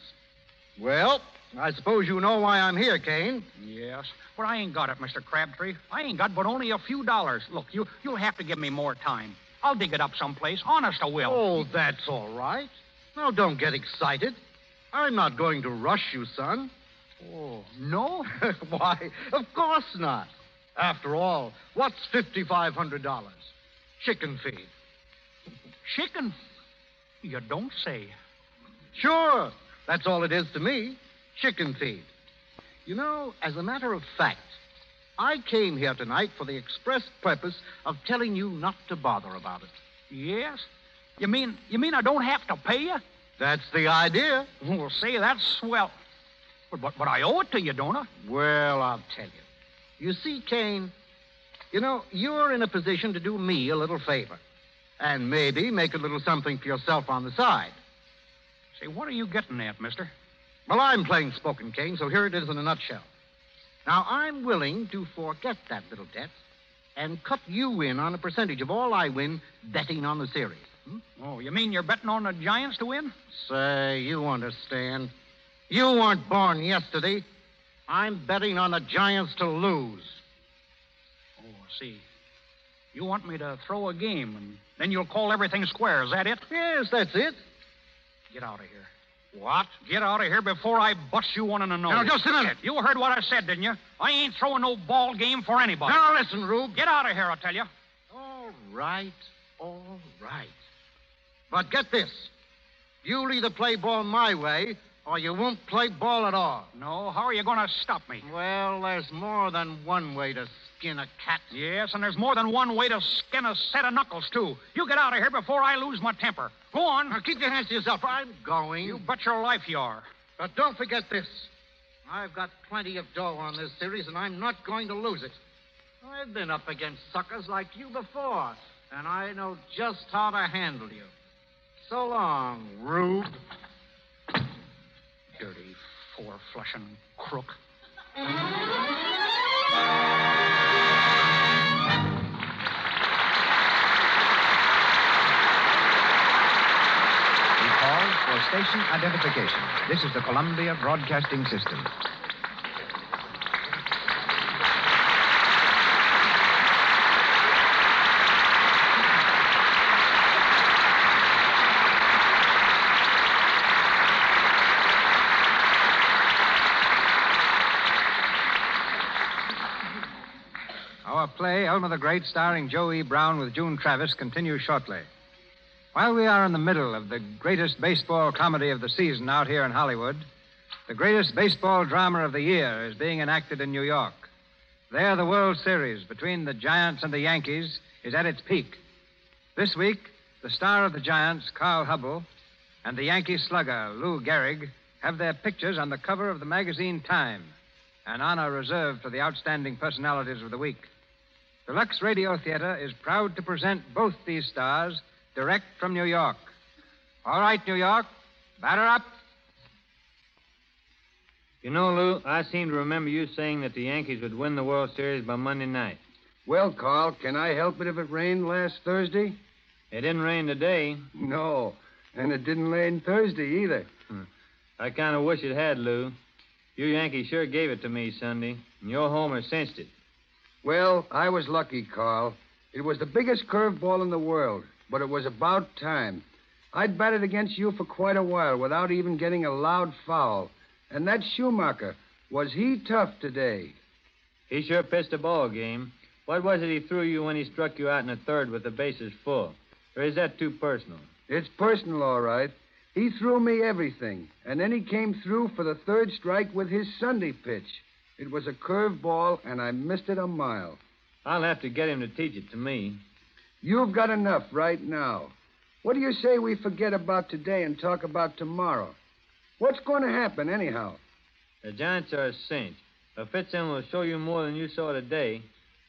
Speaker 14: Well, I suppose you know why I'm here, Kane.
Speaker 4: Yes, but I ain't got it, Mr. Crabtree. I ain't got but only a few dollars. Look, you, you'll have to give me more time. I'll dig it up someplace. Honest, I will.
Speaker 14: Oh, that's all right. Now, don't get excited. I'm not going to rush you, son.
Speaker 4: Oh, no?
Speaker 14: (laughs) Why, of course not. After all, what's $5,500? Chicken feed.
Speaker 4: Chicken? You don't say.
Speaker 14: Sure. That's all it is to me chicken feed. You know, as a matter of fact, I came here tonight for the express purpose of telling you not to bother about it.
Speaker 4: Yes? You mean you mean I don't have to pay you?
Speaker 14: That's the idea.
Speaker 4: Well, say, that's swell. But, but, but I owe it to you, don't I?
Speaker 14: Well, I'll tell you. You see, Kane, you know, you're in a position to do me a little favor. And maybe make a little something for yourself on the side.
Speaker 4: Say, what are you getting at, mister?
Speaker 14: Well, I'm plain spoken, Kane, so here it is in a nutshell. Now, I'm willing to forget that little debt and cut you in on a percentage of all I win betting on the series. Hmm?
Speaker 4: Oh, you mean you're betting on the Giants to win?
Speaker 14: Say, you understand. You weren't born yesterday. I'm betting on the Giants to lose.
Speaker 4: Oh, I see. You want me to throw a game, and then you'll call everything square. Is that it?
Speaker 14: Yes, that's it.
Speaker 4: Get out of here. What? Get out of here before I bust you one in the nose.
Speaker 14: Now, just a minute.
Speaker 4: You heard what I said, didn't you? I ain't throwing no ball game for anybody.
Speaker 14: Now, listen, Rube.
Speaker 4: Get out of here, I tell you.
Speaker 14: All right, all right. But get this. You'll either play ball my way or you won't play ball at all.
Speaker 4: No, how are you going to stop me?
Speaker 14: Well, there's more than one way to skin a cat.
Speaker 4: Yes, and there's more than one way to skin a set of knuckles, too. You get out of here before I lose my temper. Go on.
Speaker 14: Now, keep your hands to yourself. I'm going.
Speaker 4: You bet your life you are.
Speaker 14: But don't forget this. I've got plenty of dough on this series, and I'm not going to lose it. I've been up against suckers like you before, and I know just how to handle you. So long, Rube
Speaker 4: dirty, four flushing crook.
Speaker 6: Pause for station identification. This is the Columbia Broadcasting System.
Speaker 1: Our play, Elmer the Great, starring Joe E. Brown with June Travis, continues shortly. While we are in the middle of the greatest baseball comedy of the season out here in Hollywood, the greatest baseball drama of the year is being enacted in New York. There, the World Series between the Giants and the Yankees is at its peak. This week, the star of the Giants, Carl Hubbell, and the Yankee slugger, Lou Gehrig, have their pictures on the cover of the magazine Time, an honor reserved for the outstanding personalities of the week. The Lux Radio Theater is proud to present both these stars direct from New York. All right, New York, batter up.
Speaker 15: You know, Lou, I seem to remember you saying that the Yankees would win the World Series by Monday night.
Speaker 16: Well, Carl, can I help it if it rained last Thursday?
Speaker 15: It didn't rain today.
Speaker 16: No, and it didn't rain Thursday either.
Speaker 15: Hmm. I kind of wish it had, Lou. You Yankees sure gave it to me Sunday, and your homer sensed it.
Speaker 16: Well, I was lucky, Carl. It was the biggest curveball in the world, but it was about time. I'd batted against you for quite a while without even getting a loud foul. And that Schumacher, was he tough today?
Speaker 15: He sure pitched a ball game. What was it he threw you when he struck you out in the third with the bases full? Or is that too personal?
Speaker 16: It's personal, all right. He threw me everything, and then he came through for the third strike with his Sunday pitch. It was a curve ball, and I missed it a mile.
Speaker 15: I'll have to get him to teach it to me.
Speaker 16: You've got enough right now. What do you say we forget about today and talk about tomorrow? What's going to happen, anyhow?
Speaker 15: The Giants are a cinch. A Fitzin will show you more than you saw today.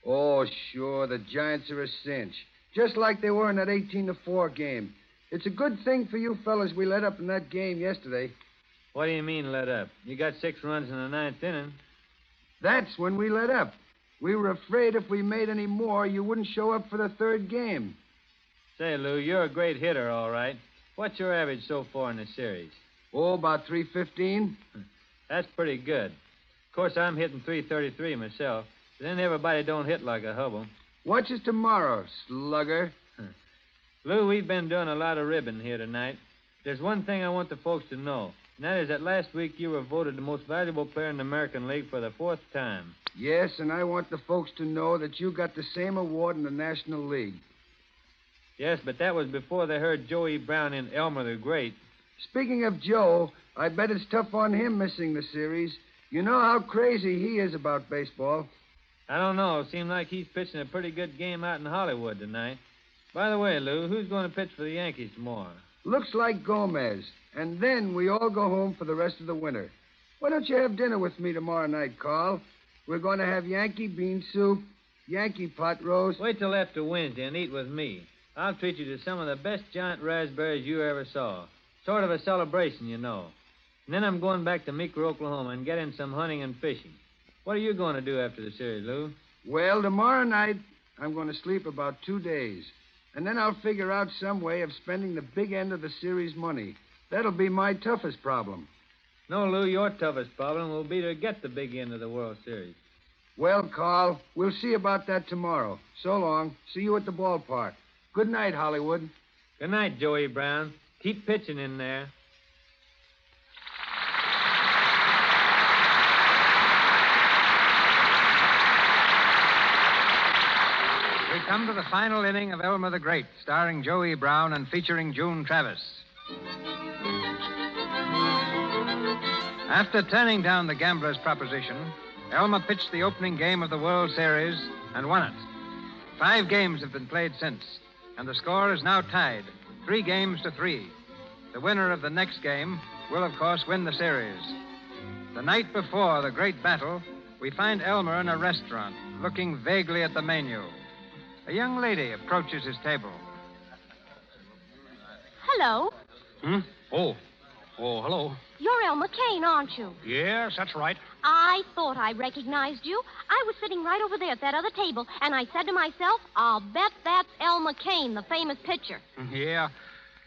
Speaker 16: Oh, sure, the Giants are a cinch. Just like they were in that 18 to 4 game. It's a good thing for you fellas we let up in that game yesterday.
Speaker 15: What do you mean, let up? You got six runs in the ninth inning.
Speaker 16: That's when we let up. We were afraid if we made any more, you wouldn't show up for the third game.
Speaker 15: Say, Lou, you're a great hitter, all right. What's your average so far in the series?
Speaker 16: Oh, about 315.
Speaker 15: That's pretty good. Of course, I'm hitting 333 myself. Then everybody don't hit like a hubble.
Speaker 16: Watch us tomorrow, slugger.
Speaker 15: Lou, we've been doing a lot of ribbing here tonight. There's one thing I want the folks to know, and that is that last week you were voted the most valuable player in the American League for the fourth time.
Speaker 16: Yes, and I want the folks to know that you got the same award in the National League.
Speaker 15: Yes, but that was before they heard Joey Brown and Elmer the Great.
Speaker 16: Speaking of Joe, I bet it's tough on him missing the series. You know how crazy he is about baseball.
Speaker 15: I don't know. Seemed like he's pitching a pretty good game out in Hollywood tonight. By the way, Lou, who's going to pitch for the Yankees tomorrow?
Speaker 16: Looks like Gomez. And then we all go home for the rest of the winter. Why don't you have dinner with me tomorrow night, Carl? We're going to have Yankee bean soup, Yankee pot roast.
Speaker 15: Wait till after Wednesday and eat with me. I'll treat you to some of the best giant raspberries you ever saw. Sort of a celebration, you know. And then I'm going back to Meeker, Oklahoma, and get in some hunting and fishing. What are you going to do after the series, Lou?
Speaker 16: Well, tomorrow night, I'm going to sleep about two days. And then I'll figure out some way of spending the big end of the series money. That'll be my toughest problem.
Speaker 15: No, Lou, your toughest problem will be to get the big end of the World Series.
Speaker 16: Well, Carl, we'll see about that tomorrow. So long. See you at the ballpark. Good night, Hollywood.
Speaker 15: Good night, Joey Brown. Keep pitching in there.
Speaker 1: We come to the final inning of Elmer the Great, starring Joey Brown and featuring June Travis. After turning down the gambler's proposition, Elmer pitched the opening game of the World Series and won it. Five games have been played since, and the score is now tied three games to three. The winner of the next game will, of course, win the series. The night before the great battle, we find Elmer in a restaurant looking vaguely at the menu. A young lady approaches his table.
Speaker 17: Hello.
Speaker 4: Hmm? Oh. Oh, hello.
Speaker 17: You're Elmer Kane, aren't you?
Speaker 4: Yes, that's right.
Speaker 17: I thought I recognized you. I was sitting right over there at that other table, and I said to myself, I'll bet that's Elmer Kane, the famous pitcher.
Speaker 4: Mm-hmm. Yeah.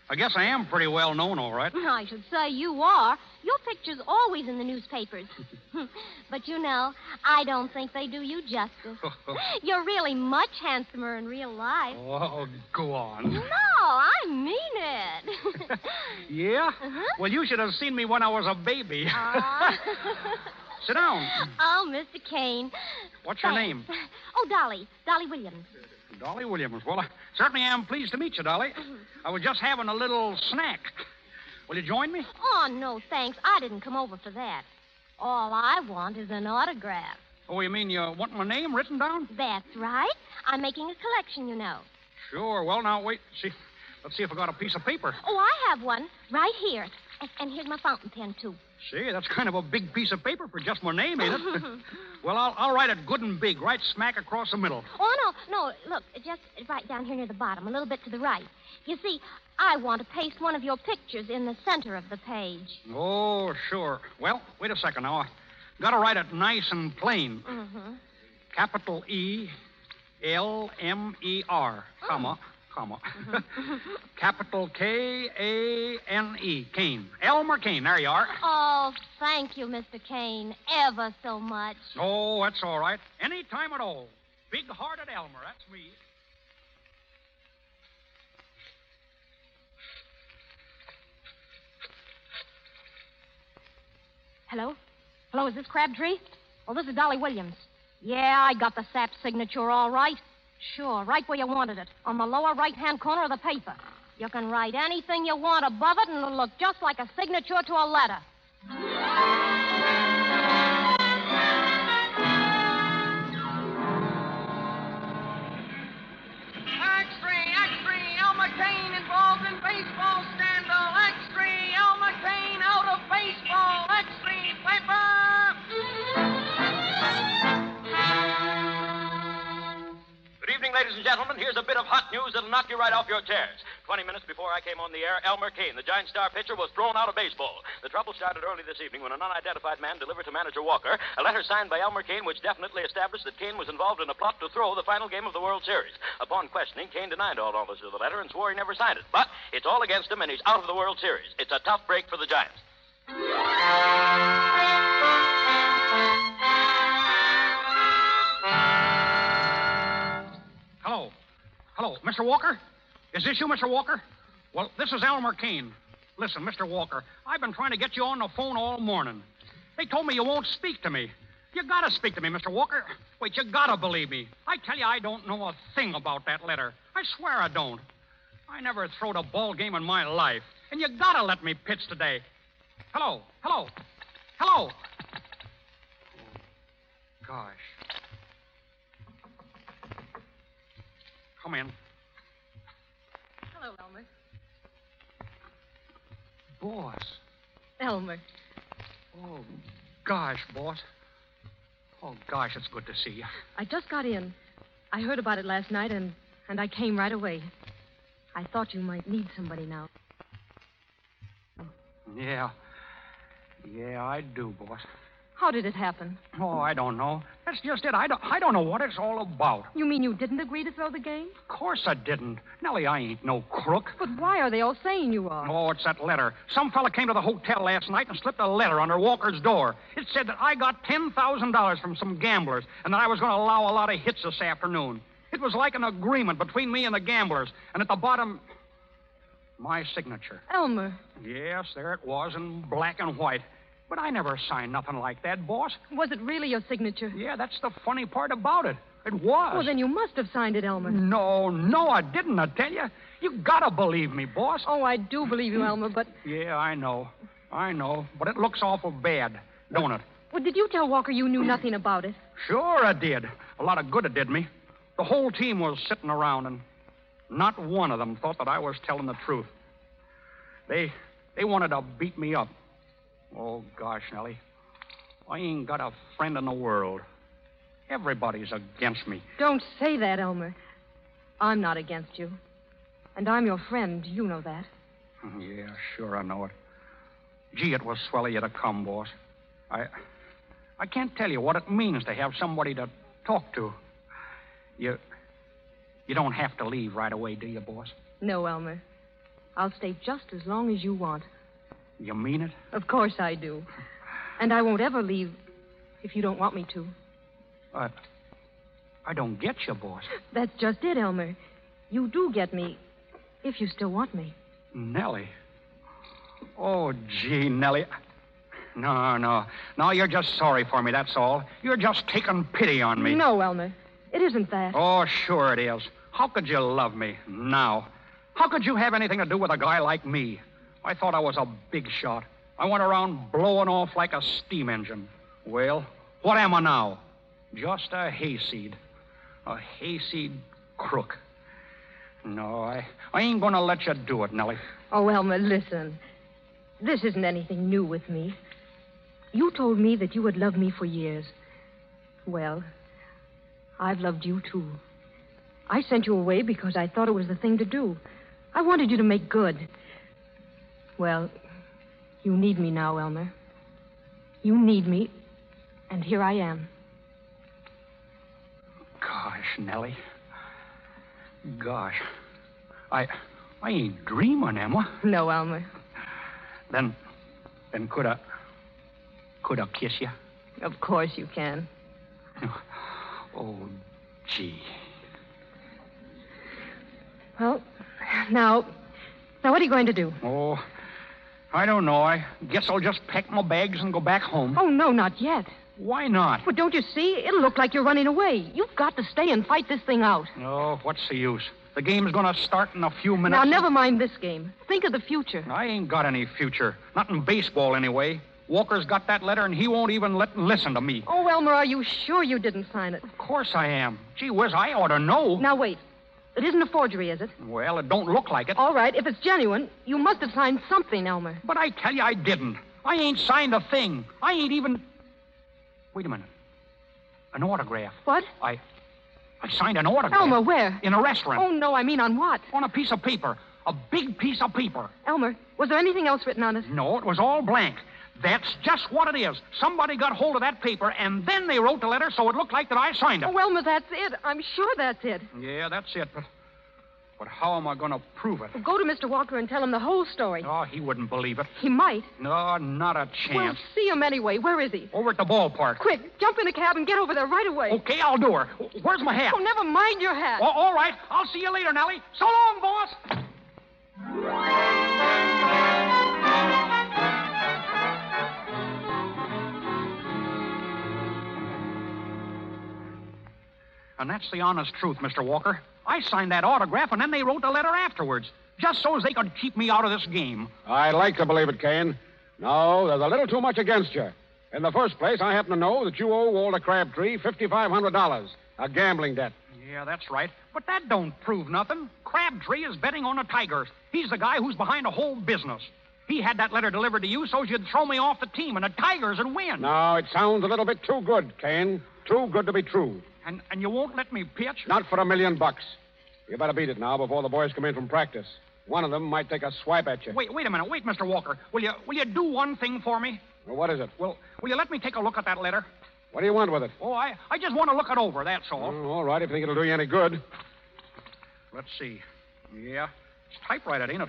Speaker 4: I guess I am pretty well known, all right.
Speaker 17: (laughs) I should say you are. Your picture's always in the newspapers. (laughs) but you know, I don't think they do you
Speaker 4: (laughs)
Speaker 17: justice. You're really much handsomer in real life.
Speaker 4: Oh, go
Speaker 17: No,
Speaker 4: on.
Speaker 17: I mean it.
Speaker 4: Yeah?
Speaker 17: Uh-huh. Uh.
Speaker 4: Well, you should have seen me when I was a baby. (laughs) Sit down.
Speaker 17: oh, Mr. Kane.
Speaker 4: What's your
Speaker 17: Thanks.
Speaker 4: name?
Speaker 17: Oh, Dolly. Dolly Williams.
Speaker 4: Dolly Williams. Well, I certainly am pleased to meet you, Dolly. I was just having a little snack. Will you join me?
Speaker 17: (clears throat) Oh, no, thanks. I didn't come over for that. All I want is an autograph.
Speaker 4: Oh, you mean you want my name written down?
Speaker 17: That's right. I'm making a collection, you know.
Speaker 4: Sure. Well, now wait. See, let's see if I got a piece of paper.
Speaker 17: Oh, I have one right here. And, and here's my fountain pen, too.
Speaker 4: See, that's kind of a big piece of paper for just my name, ain't it? well, I'll, I'll write it good and big, right smack across the middle.
Speaker 17: (laughs) oh, no, no. Look, just right down here near the bottom, a little bit to the right. You see, I want to paste one of your pictures in the center of the page.
Speaker 4: Oh, sure. Well, wait a second now. I got to write it nice and plain.
Speaker 17: Mm-hmm.
Speaker 4: Capital E, L M E R, comma, comma. Capital K A N E, Kane. Elmer Kane. There you are.
Speaker 17: Oh, thank you, Mr. Kane, ever so much.
Speaker 4: Oh, that's all right. Any time at all. Big hearted Elmer, that's me.
Speaker 17: Hello? Hello, is this Crabtree? Well, this is Dolly Williams. Yeah, I got the sap signature all right. Sure, right where you wanted it, on the lower right hand corner of the paper. You can write anything you want above it, and it'll look just like a signature to a letter.
Speaker 12: X-ray, X-ray, Elmer Kane involved in baseball scandal. X-ray, Elmer Kane out of baseball. X-ray, paper.
Speaker 13: Good evening, ladies and gentlemen. Here's a bit of hot news that'll knock you right off your chairs. Twenty minutes before I came on the air, Elmer Kane, the giant star pitcher, was thrown out of baseball. The trouble started early this evening when an unidentified man delivered to manager Walker a letter signed by Elmer Kane which definitely established that Kane was involved in a plot to throw the final game of the World Series. Upon questioning, Kane denied all knowledge of the letter and swore he never signed it. But it's all against him, and he's out of the World Series. It's a tough break for the Giants.
Speaker 4: Hello, Mr. Walker? Is this you, Mr. Walker? Well, this is Elmer Kane. Listen, Mr. Walker, I've been trying to get you on the phone all morning. They told me you won't speak to me. You gotta speak to me, Mr. Walker. Wait, you gotta believe me. I tell you, I don't know a thing about that letter. I swear I don't. I never throwed a ball game in my life. And you gotta let me pitch today. Hello, hello, hello. Gosh. Come in.
Speaker 5: Hello, Elmer.
Speaker 4: Boss.
Speaker 5: Elmer.
Speaker 4: Oh, gosh, boss. Oh, gosh, it's good to see you.
Speaker 5: I just got in. I heard about it last night, and, and I came right away. I thought you might need somebody now.
Speaker 4: Yeah. Yeah, I do, boss.
Speaker 5: How did it happen?
Speaker 4: Oh, I don't know. That's just it. I don't, I don't know what it's all about.
Speaker 5: You mean you didn't agree to throw the game?
Speaker 4: Of course I didn't. Nellie, I ain't no crook.
Speaker 5: But why are they all saying you are?
Speaker 4: Oh, it's that letter. Some fella came to the hotel last night and slipped a letter under Walker's door. It said that I got $10,000 from some gamblers and that I was going to allow a lot of hits this afternoon. It was like an agreement between me and the gamblers. And at the bottom, my signature.
Speaker 5: Elmer.
Speaker 4: Yes, there it was in black and white. But I never signed nothing like that, boss.
Speaker 5: Was it really your signature?
Speaker 4: Yeah, that's the funny part about it. It was.
Speaker 5: Well, then you must have signed it, Elmer.
Speaker 4: No, no, I didn't, I tell you. You gotta believe me, boss.
Speaker 5: Oh, I do believe you, Elmer, but.
Speaker 4: Yeah, I know. I know. But it looks awful bad, don't it?
Speaker 5: Well, did you tell Walker you knew nothing about it?
Speaker 4: Sure, I did. A lot of good it did me. The whole team was sitting around, and not one of them thought that I was telling the truth. They they wanted to beat me up. Oh gosh, Nellie, I ain't got a friend in the world. Everybody's against me.
Speaker 5: Don't say that, Elmer. I'm not against you. And I'm your friend. You know that.
Speaker 4: Mm-hmm. Yeah, sure, I know it. Gee, it was swell of you to come, boss. I I can't tell you what it means to have somebody to talk to. You you don't have to leave right away, do you, boss?
Speaker 5: No, Elmer. I'll stay just as long as you want.
Speaker 4: You mean it?
Speaker 5: Of course I do. And I won't ever leave if you don't want me to.
Speaker 4: But I don't get you, boss.
Speaker 5: That's just it, Elmer. You do get me if you still want me.
Speaker 4: Nellie. Oh, gee, Nellie. No, no. No, you're just sorry for me, that's all. You're just taking pity on me.
Speaker 5: No, Elmer. It isn't that.
Speaker 4: Oh, sure it is. How could you love me now? How could you have anything to do with a guy like me? I thought I was a big shot. I went around blowing off like a steam engine. Well, what am I now? Just a hayseed. A hayseed crook. No, I, I ain't gonna let you do it, Nellie.
Speaker 5: Oh, Elmer, listen. This isn't anything new with me. You told me that you had loved me for years. Well, I've loved you too. I sent you away because I thought it was the thing to do. I wanted you to make good. Well, you need me now, Elmer. You need me, and here I am.
Speaker 4: Gosh, Nellie. Gosh. I I ain't dreaming, am I?
Speaker 5: No, Elmer.
Speaker 4: Then then could I could I kiss you?
Speaker 5: Of course you can.
Speaker 4: (sighs) Oh, gee.
Speaker 5: Well, now, now what are you going to do?
Speaker 4: Oh, I don't know. I guess I'll just pack my bags and go back home.
Speaker 5: Oh, no, not yet.
Speaker 4: Why not?
Speaker 5: Well, don't you see? It'll look like you're running away. You've got to stay and fight this thing out.
Speaker 4: Oh, what's the use? The game's going to start in a few minutes.
Speaker 5: Now, never mind this game. Think of the future.
Speaker 4: I ain't got any future. Not in baseball, anyway. Walker's got that letter, and he won't even let, listen to me.
Speaker 5: Oh, Elmer, are you sure you didn't sign it?
Speaker 4: Of course I am. Gee whiz, I ought to know.
Speaker 5: Now, wait. It isn't a forgery, is it?
Speaker 4: Well, it don't look like it.
Speaker 5: All right, if it's genuine, you must have signed something, Elmer.
Speaker 4: But I tell you, I didn't. I ain't signed a thing. I ain't even. Wait a minute. An autograph.
Speaker 5: What?
Speaker 4: I. I signed an autograph.
Speaker 5: Elmer, where?
Speaker 4: In a restaurant.
Speaker 5: Oh, no, I mean on what?
Speaker 4: On a piece of paper. A big piece of paper.
Speaker 5: Elmer, was there anything else written on it?
Speaker 4: No, it was all blank. That's just what it is. Somebody got hold of that paper, and then they wrote the letter so it looked like that I signed it.
Speaker 5: Oh, Elmer, that's it. I'm sure that's it.
Speaker 4: Yeah, that's it. But But how am I going to prove it?
Speaker 5: Well, go to Mr. Walker and tell him the whole story.
Speaker 4: Oh, he wouldn't believe it.
Speaker 5: He might.
Speaker 4: No, not a chance.
Speaker 5: Well, see him anyway. Where is he?
Speaker 4: Over at the ballpark.
Speaker 5: Quick, jump in a cab and get over there right away.
Speaker 4: Okay, I'll do her. Where's my hat?
Speaker 5: Oh, never mind your hat.
Speaker 4: Oh, all right. I'll see you later, Nellie. So long, boss. And that's the honest truth, Mr. Walker. I signed that autograph, and then they wrote the letter afterwards, just so as they could keep me out of this game.
Speaker 9: I'd like to believe it, Kane. No, there's a little too much against you. In the first place, I happen to know that you owe Walter Crabtree $5,500, a gambling debt.
Speaker 4: Yeah, that's right. But that don't prove nothing. Crabtree is betting on the Tigers. He's the guy who's behind the whole business. He had that letter delivered to you so you'd throw me off the team and the Tigers and win.
Speaker 9: No, it sounds a little bit too good, Kane. Too good to be true.
Speaker 4: And, and you won't let me pitch?
Speaker 9: Not for a million bucks. You better beat it now before the boys come in from practice. One of them might take a swipe at you.
Speaker 4: Wait, wait a minute. Wait, Mr. Walker. Will you, will you do one thing for me?
Speaker 9: Well, what is it?
Speaker 4: Well, will you let me take a look at that letter?
Speaker 9: What do you want with it?
Speaker 4: Oh, I, I just want to look it over, that's all.
Speaker 9: Oh, all right, if you think it'll do you any good.
Speaker 4: Let's see. Yeah, it's typewriter, ain't it?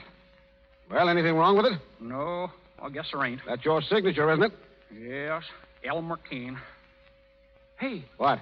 Speaker 9: Well, anything wrong with it?
Speaker 4: No, I guess there ain't.
Speaker 9: That's your signature, isn't it?
Speaker 4: Yes, Elmer Keene. Hey,
Speaker 9: What?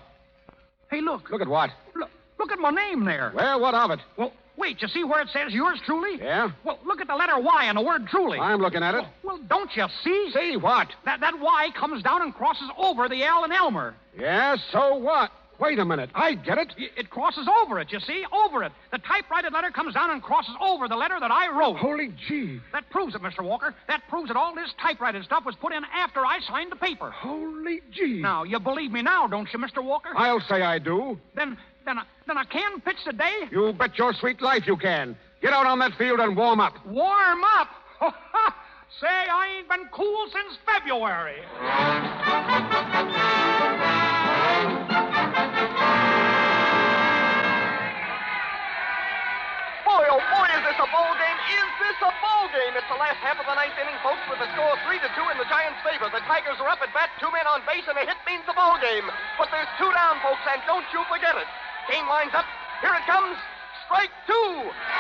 Speaker 4: hey, look.
Speaker 9: Look at what?
Speaker 4: Look, look at my name there.
Speaker 9: Well, what of it?
Speaker 4: Well, wait, you see where it says yours truly?
Speaker 9: Yeah?
Speaker 4: Well, look at the letter Y and the word truly.
Speaker 9: I'm looking at it.
Speaker 4: Well, well, don't you see?
Speaker 9: See what?
Speaker 4: That, that Y comes down and crosses over the L and Elmer.
Speaker 9: Yeah, so what? Wait a minute. I get it.
Speaker 4: Y- It crosses over it, you see? Over it. The typewritten letter comes down and crosses over the letter that I wrote.
Speaker 9: Holy gee.
Speaker 4: That proves it, Mr. Walker. That proves that all this typewritten stuff was put in after I signed the paper.
Speaker 9: Holy gee.
Speaker 4: Now, you believe me now, don't you, Mr. Walker?
Speaker 9: I'll say I do.
Speaker 4: Then, then, I, then I can pitch today?
Speaker 9: You bet your sweet life you can. Get out on that field and warm up.
Speaker 4: Warm up? (laughs) Say, I ain't been cool since February.
Speaker 13: Boy, oh boy, is this a ball game? Is this a ball game? It's the last half of the ninth inning, folks, with the score three to two in the Giants' favor. The Tigers are up at bat, two men on base, and a hit means the ball game. But there's two down, folks, and don't you forget it. Game lines up. Here it comes. Strike two.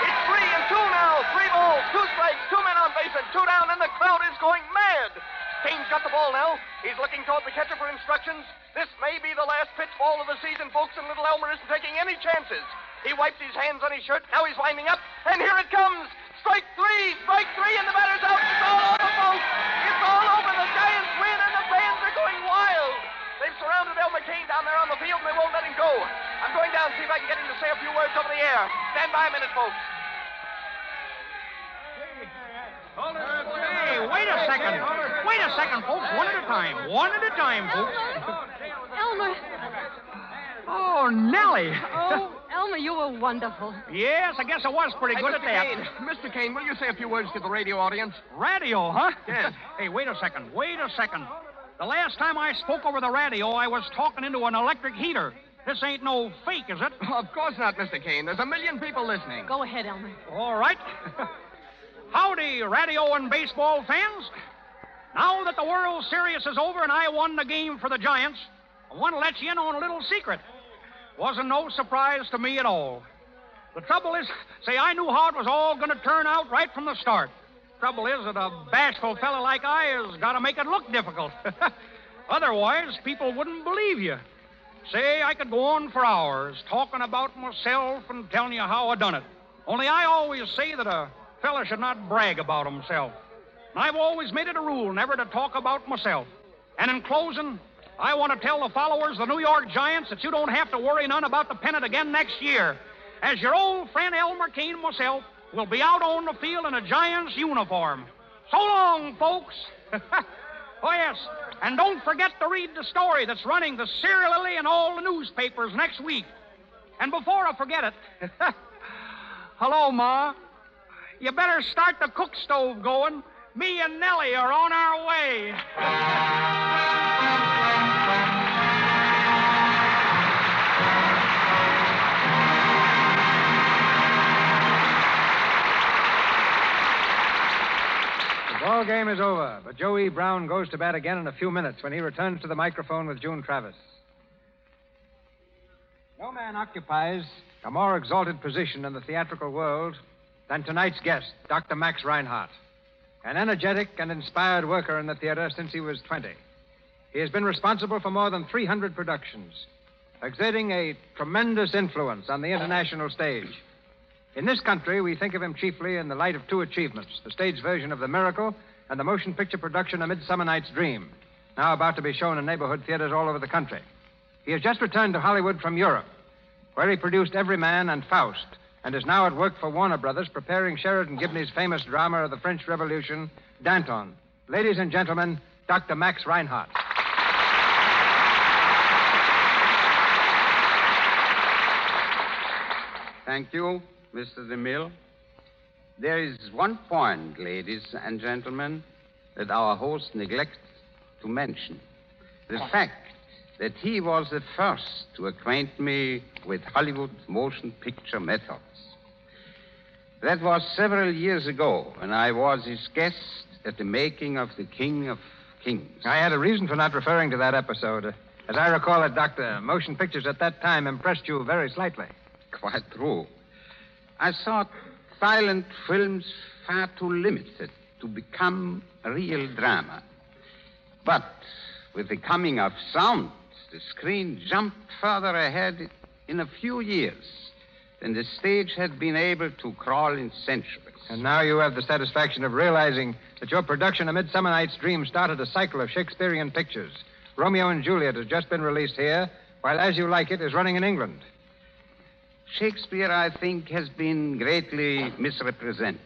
Speaker 13: It's three and two now. Three balls, two strikes, two men on base, and two down, and the crowd is going mad. Kane's got the ball now. He's looking toward the catcher for instructions. This may be the last pitch ball of the season, folks, and little Elmer isn't taking any chances. He wiped his hands on his shirt. Now he's winding up, and here it comes. Strike three, strike three, and the batter's out. It's all over, folks. It's all over. The Giants win, and the fans are going wild. They've surrounded El McCain down there on the field, and they won't let him go. I'm going down and see if I can get him to say a few words over the air. Stand by a minute, folks.
Speaker 4: Hey, wait a second. Wait a second, folks. One at a time. One at a time, folks.
Speaker 5: Elmer.
Speaker 4: Oh, Nellie.
Speaker 5: Oh, Elmer, you were wonderful.
Speaker 4: Yes, I guess I was pretty good
Speaker 13: Hey,
Speaker 4: at that.
Speaker 13: Mr. Kane, Mr. Kane, will you say a few words to the radio audience?
Speaker 4: Radio, huh?
Speaker 13: Yes.
Speaker 4: (laughs) hey, wait a second. Wait a second. The last time I spoke over the radio, I was talking into an electric heater. This ain't no fake, is it?
Speaker 13: (laughs) Of course not, Mr. Kane. There's a million people listening.
Speaker 5: Go ahead, Elmer.
Speaker 4: All
Speaker 13: (laughs)
Speaker 4: right. Howdy, radio and baseball fans. Now that the World Series is over and I won the game for the Giants, I want to let you in on a little secret. Wasn't no surprise to me at all. The trouble is, say, I knew how it was all going to turn out right from the start. Trouble is that a bashful fella like I has got to make it look difficult. (laughs) Otherwise, people wouldn't believe you. Say, I could go on for hours talking about myself and telling you how I done it. Only I always say that a fella should not brag about himself. And I've always made it a rule never to talk about myself. And in closing, I want to tell the followers of the New York Giants that you don't have to worry none about the pennant again next year, as your old friend Elmer Kane myself will be out on the field in a Giants uniform. So long, folks. (laughs) oh, yes. And don't forget to read the story that's running the serially in all the newspapers next week. And before I forget it, (laughs) hello, Ma. You better start the cook stove going. Me and Nellie are on our way.
Speaker 18: The ball game is over, but Joey Brown goes to bat again in a few minutes when he returns to the microphone with June Travis. No man occupies
Speaker 1: a more exalted position in the theatrical world than tonight's guest, Dr. Max Reinhardt, an energetic and inspired worker in the theater since he was 20. He has been responsible for more than 300 productions, exerting a tremendous influence on the international stage. In this country, we think of him chiefly in the light of two achievements the stage version of The Miracle and the motion picture production A Midsummer Night's Dream, now about to be shown in neighborhood theaters all over the country. He has just returned to Hollywood from Europe, where he produced Everyman and Faust, and is now at work for Warner Brothers preparing Sheridan Gibney's famous drama of the French Revolution, Danton. Ladies and gentlemen, Dr. Max Reinhardt.
Speaker 19: Thank you, Mr. DeMille. There is one point, ladies and gentlemen, that our host neglects to mention. The fact that he was the first to acquaint me with Hollywood motion picture methods. That was several years ago when I was his guest at the making of The King of Kings.
Speaker 1: I had a reason for not referring to that episode. As I recall it, Doctor, motion pictures at that time impressed you very slightly.
Speaker 19: Quite true. I saw silent films far too limited to become real drama. But with the coming of sound, the screen jumped further ahead in a few years than the stage had been able to crawl in centuries.
Speaker 1: And now you have the satisfaction of realizing that your production, A Midsummer Night's Dream, started a cycle of Shakespearean pictures. Romeo and Juliet has just been released here, while As You Like It is running in England.
Speaker 19: Shakespeare, I think, has been greatly misrepresented.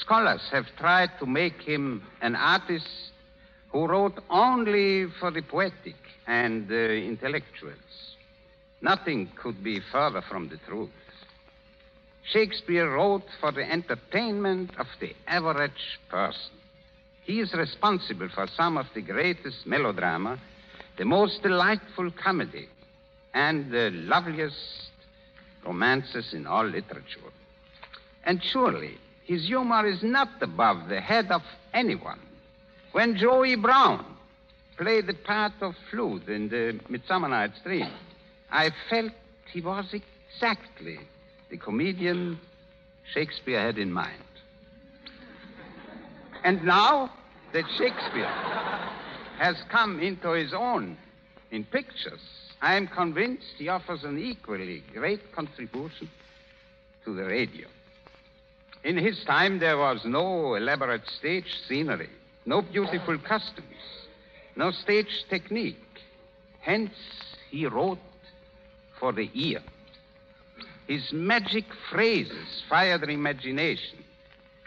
Speaker 19: Scholars have tried to make him an artist who wrote only for the poetic and uh, intellectuals. Nothing could be further from the truth. Shakespeare wrote for the entertainment of the average person. He is responsible for some of the greatest melodrama, the most delightful comedy, and the loveliest romances in all literature. And surely, his humor is not above the head of anyone. When Joey Brown played the part of Flood in the Midsummer Night's Dream, I felt he was exactly the comedian Shakespeare had in mind. And now that Shakespeare has come into his own in pictures, I am convinced he offers an equally great contribution to the radio. In his time, there was no elaborate stage scenery, no beautiful costumes, no stage technique. Hence, he wrote for the ear. His magic phrases fired the imagination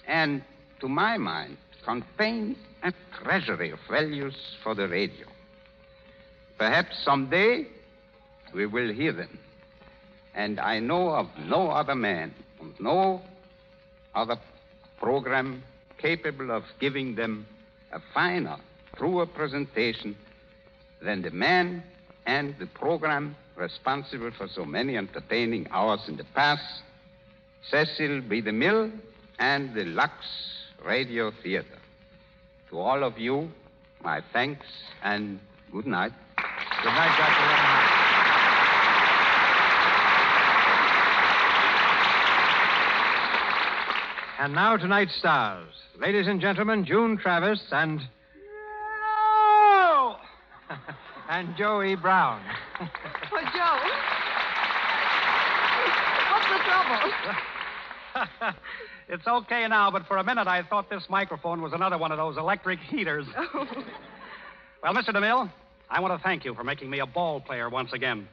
Speaker 19: and, to my mind, contain a treasury of values for the radio. Perhaps someday we will hear them. And I know of no other man, no other program capable of giving them a finer, truer presentation than the man and the program responsible for so many entertaining hours in the past, Cecil B. DeMille and the Lux Radio Theater. To all of you, my thanks and good night.
Speaker 1: Good night, Dr. Reinhardt. And now tonight's stars. Ladies and gentlemen, June Travis and.
Speaker 19: Oh!
Speaker 1: No! (laughs) and Joey Brown.
Speaker 5: Well, Joe. What's the trouble?
Speaker 20: It's okay now, but for a minute I thought this microphone was another one of those electric heaters.
Speaker 1: Oh.
Speaker 20: Well, Mr. DeMille, I want to thank you for making me a ball player once again.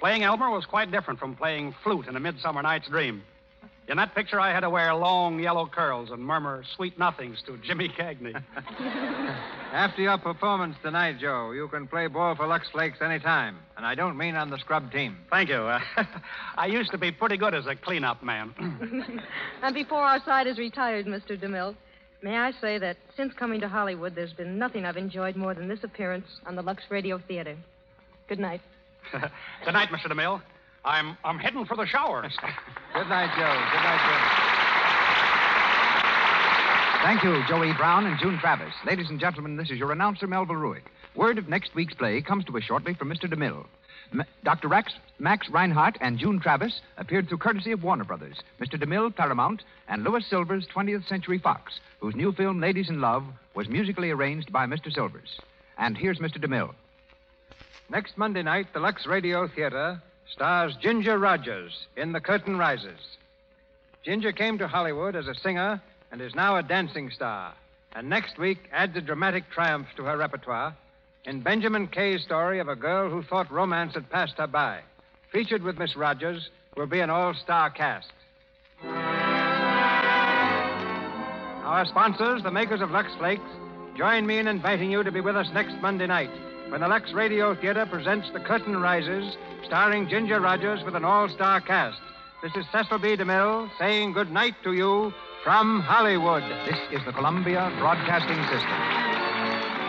Speaker 20: Playing Elmer was quite different from playing flute in A Midsummer Night's Dream. In that picture, I had to wear long yellow curls and murmur sweet nothings to Jimmy Cagney.
Speaker 1: (laughs) After your performance tonight, Joe, you can play ball for Lux Flakes any time, And I don't mean on the scrub team.
Speaker 20: Thank you. (laughs) Uh, I used to be pretty good as a cleanup man. (clears throat)
Speaker 5: (laughs) and before our side is retired, Mr. DeMille, may I say that since coming to Hollywood, there's been nothing I've enjoyed more than this appearance on the Lux Radio Theater. Good night.
Speaker 20: (laughs) Tonight, Mr. DeMille, I'm, I'm heading for the showers.
Speaker 1: Good night, Joe. Good night,
Speaker 6: Thank you, Joey Brown and June Travis. Ladies and gentlemen, this is your announcer, Melville Ruick. Word of next week's play comes to us shortly from Mr. DeMille. M- Dr. Rax, Max Reinhardt and June Travis appeared through courtesy of Warner Brothers, Mr. DeMille Paramount, and Louis Silver's 20th Century Fox, whose new film Ladies in Love was musically arranged by Mr. Silvers. And here's Mr. DeMille.
Speaker 1: Next Monday night, the Lux Radio Theater stars Ginger Rogers in The Curtain Rises. Ginger came to Hollywood as a singer and is now a dancing star. And next week adds a dramatic triumph to her repertoire in Benjamin Kay's story of a girl who thought romance had passed her by. Featured with Miss Rogers will be an all star cast. Our sponsors, the makers of Lux Flakes, join me in inviting you to be with us next Monday night when the Lux Radio Theater presents The Curtain Rises, starring Ginger Rogers with an all star cast. This is Cecil B. DeMille saying good night to you from Hollywood. This is the Columbia Broadcasting System.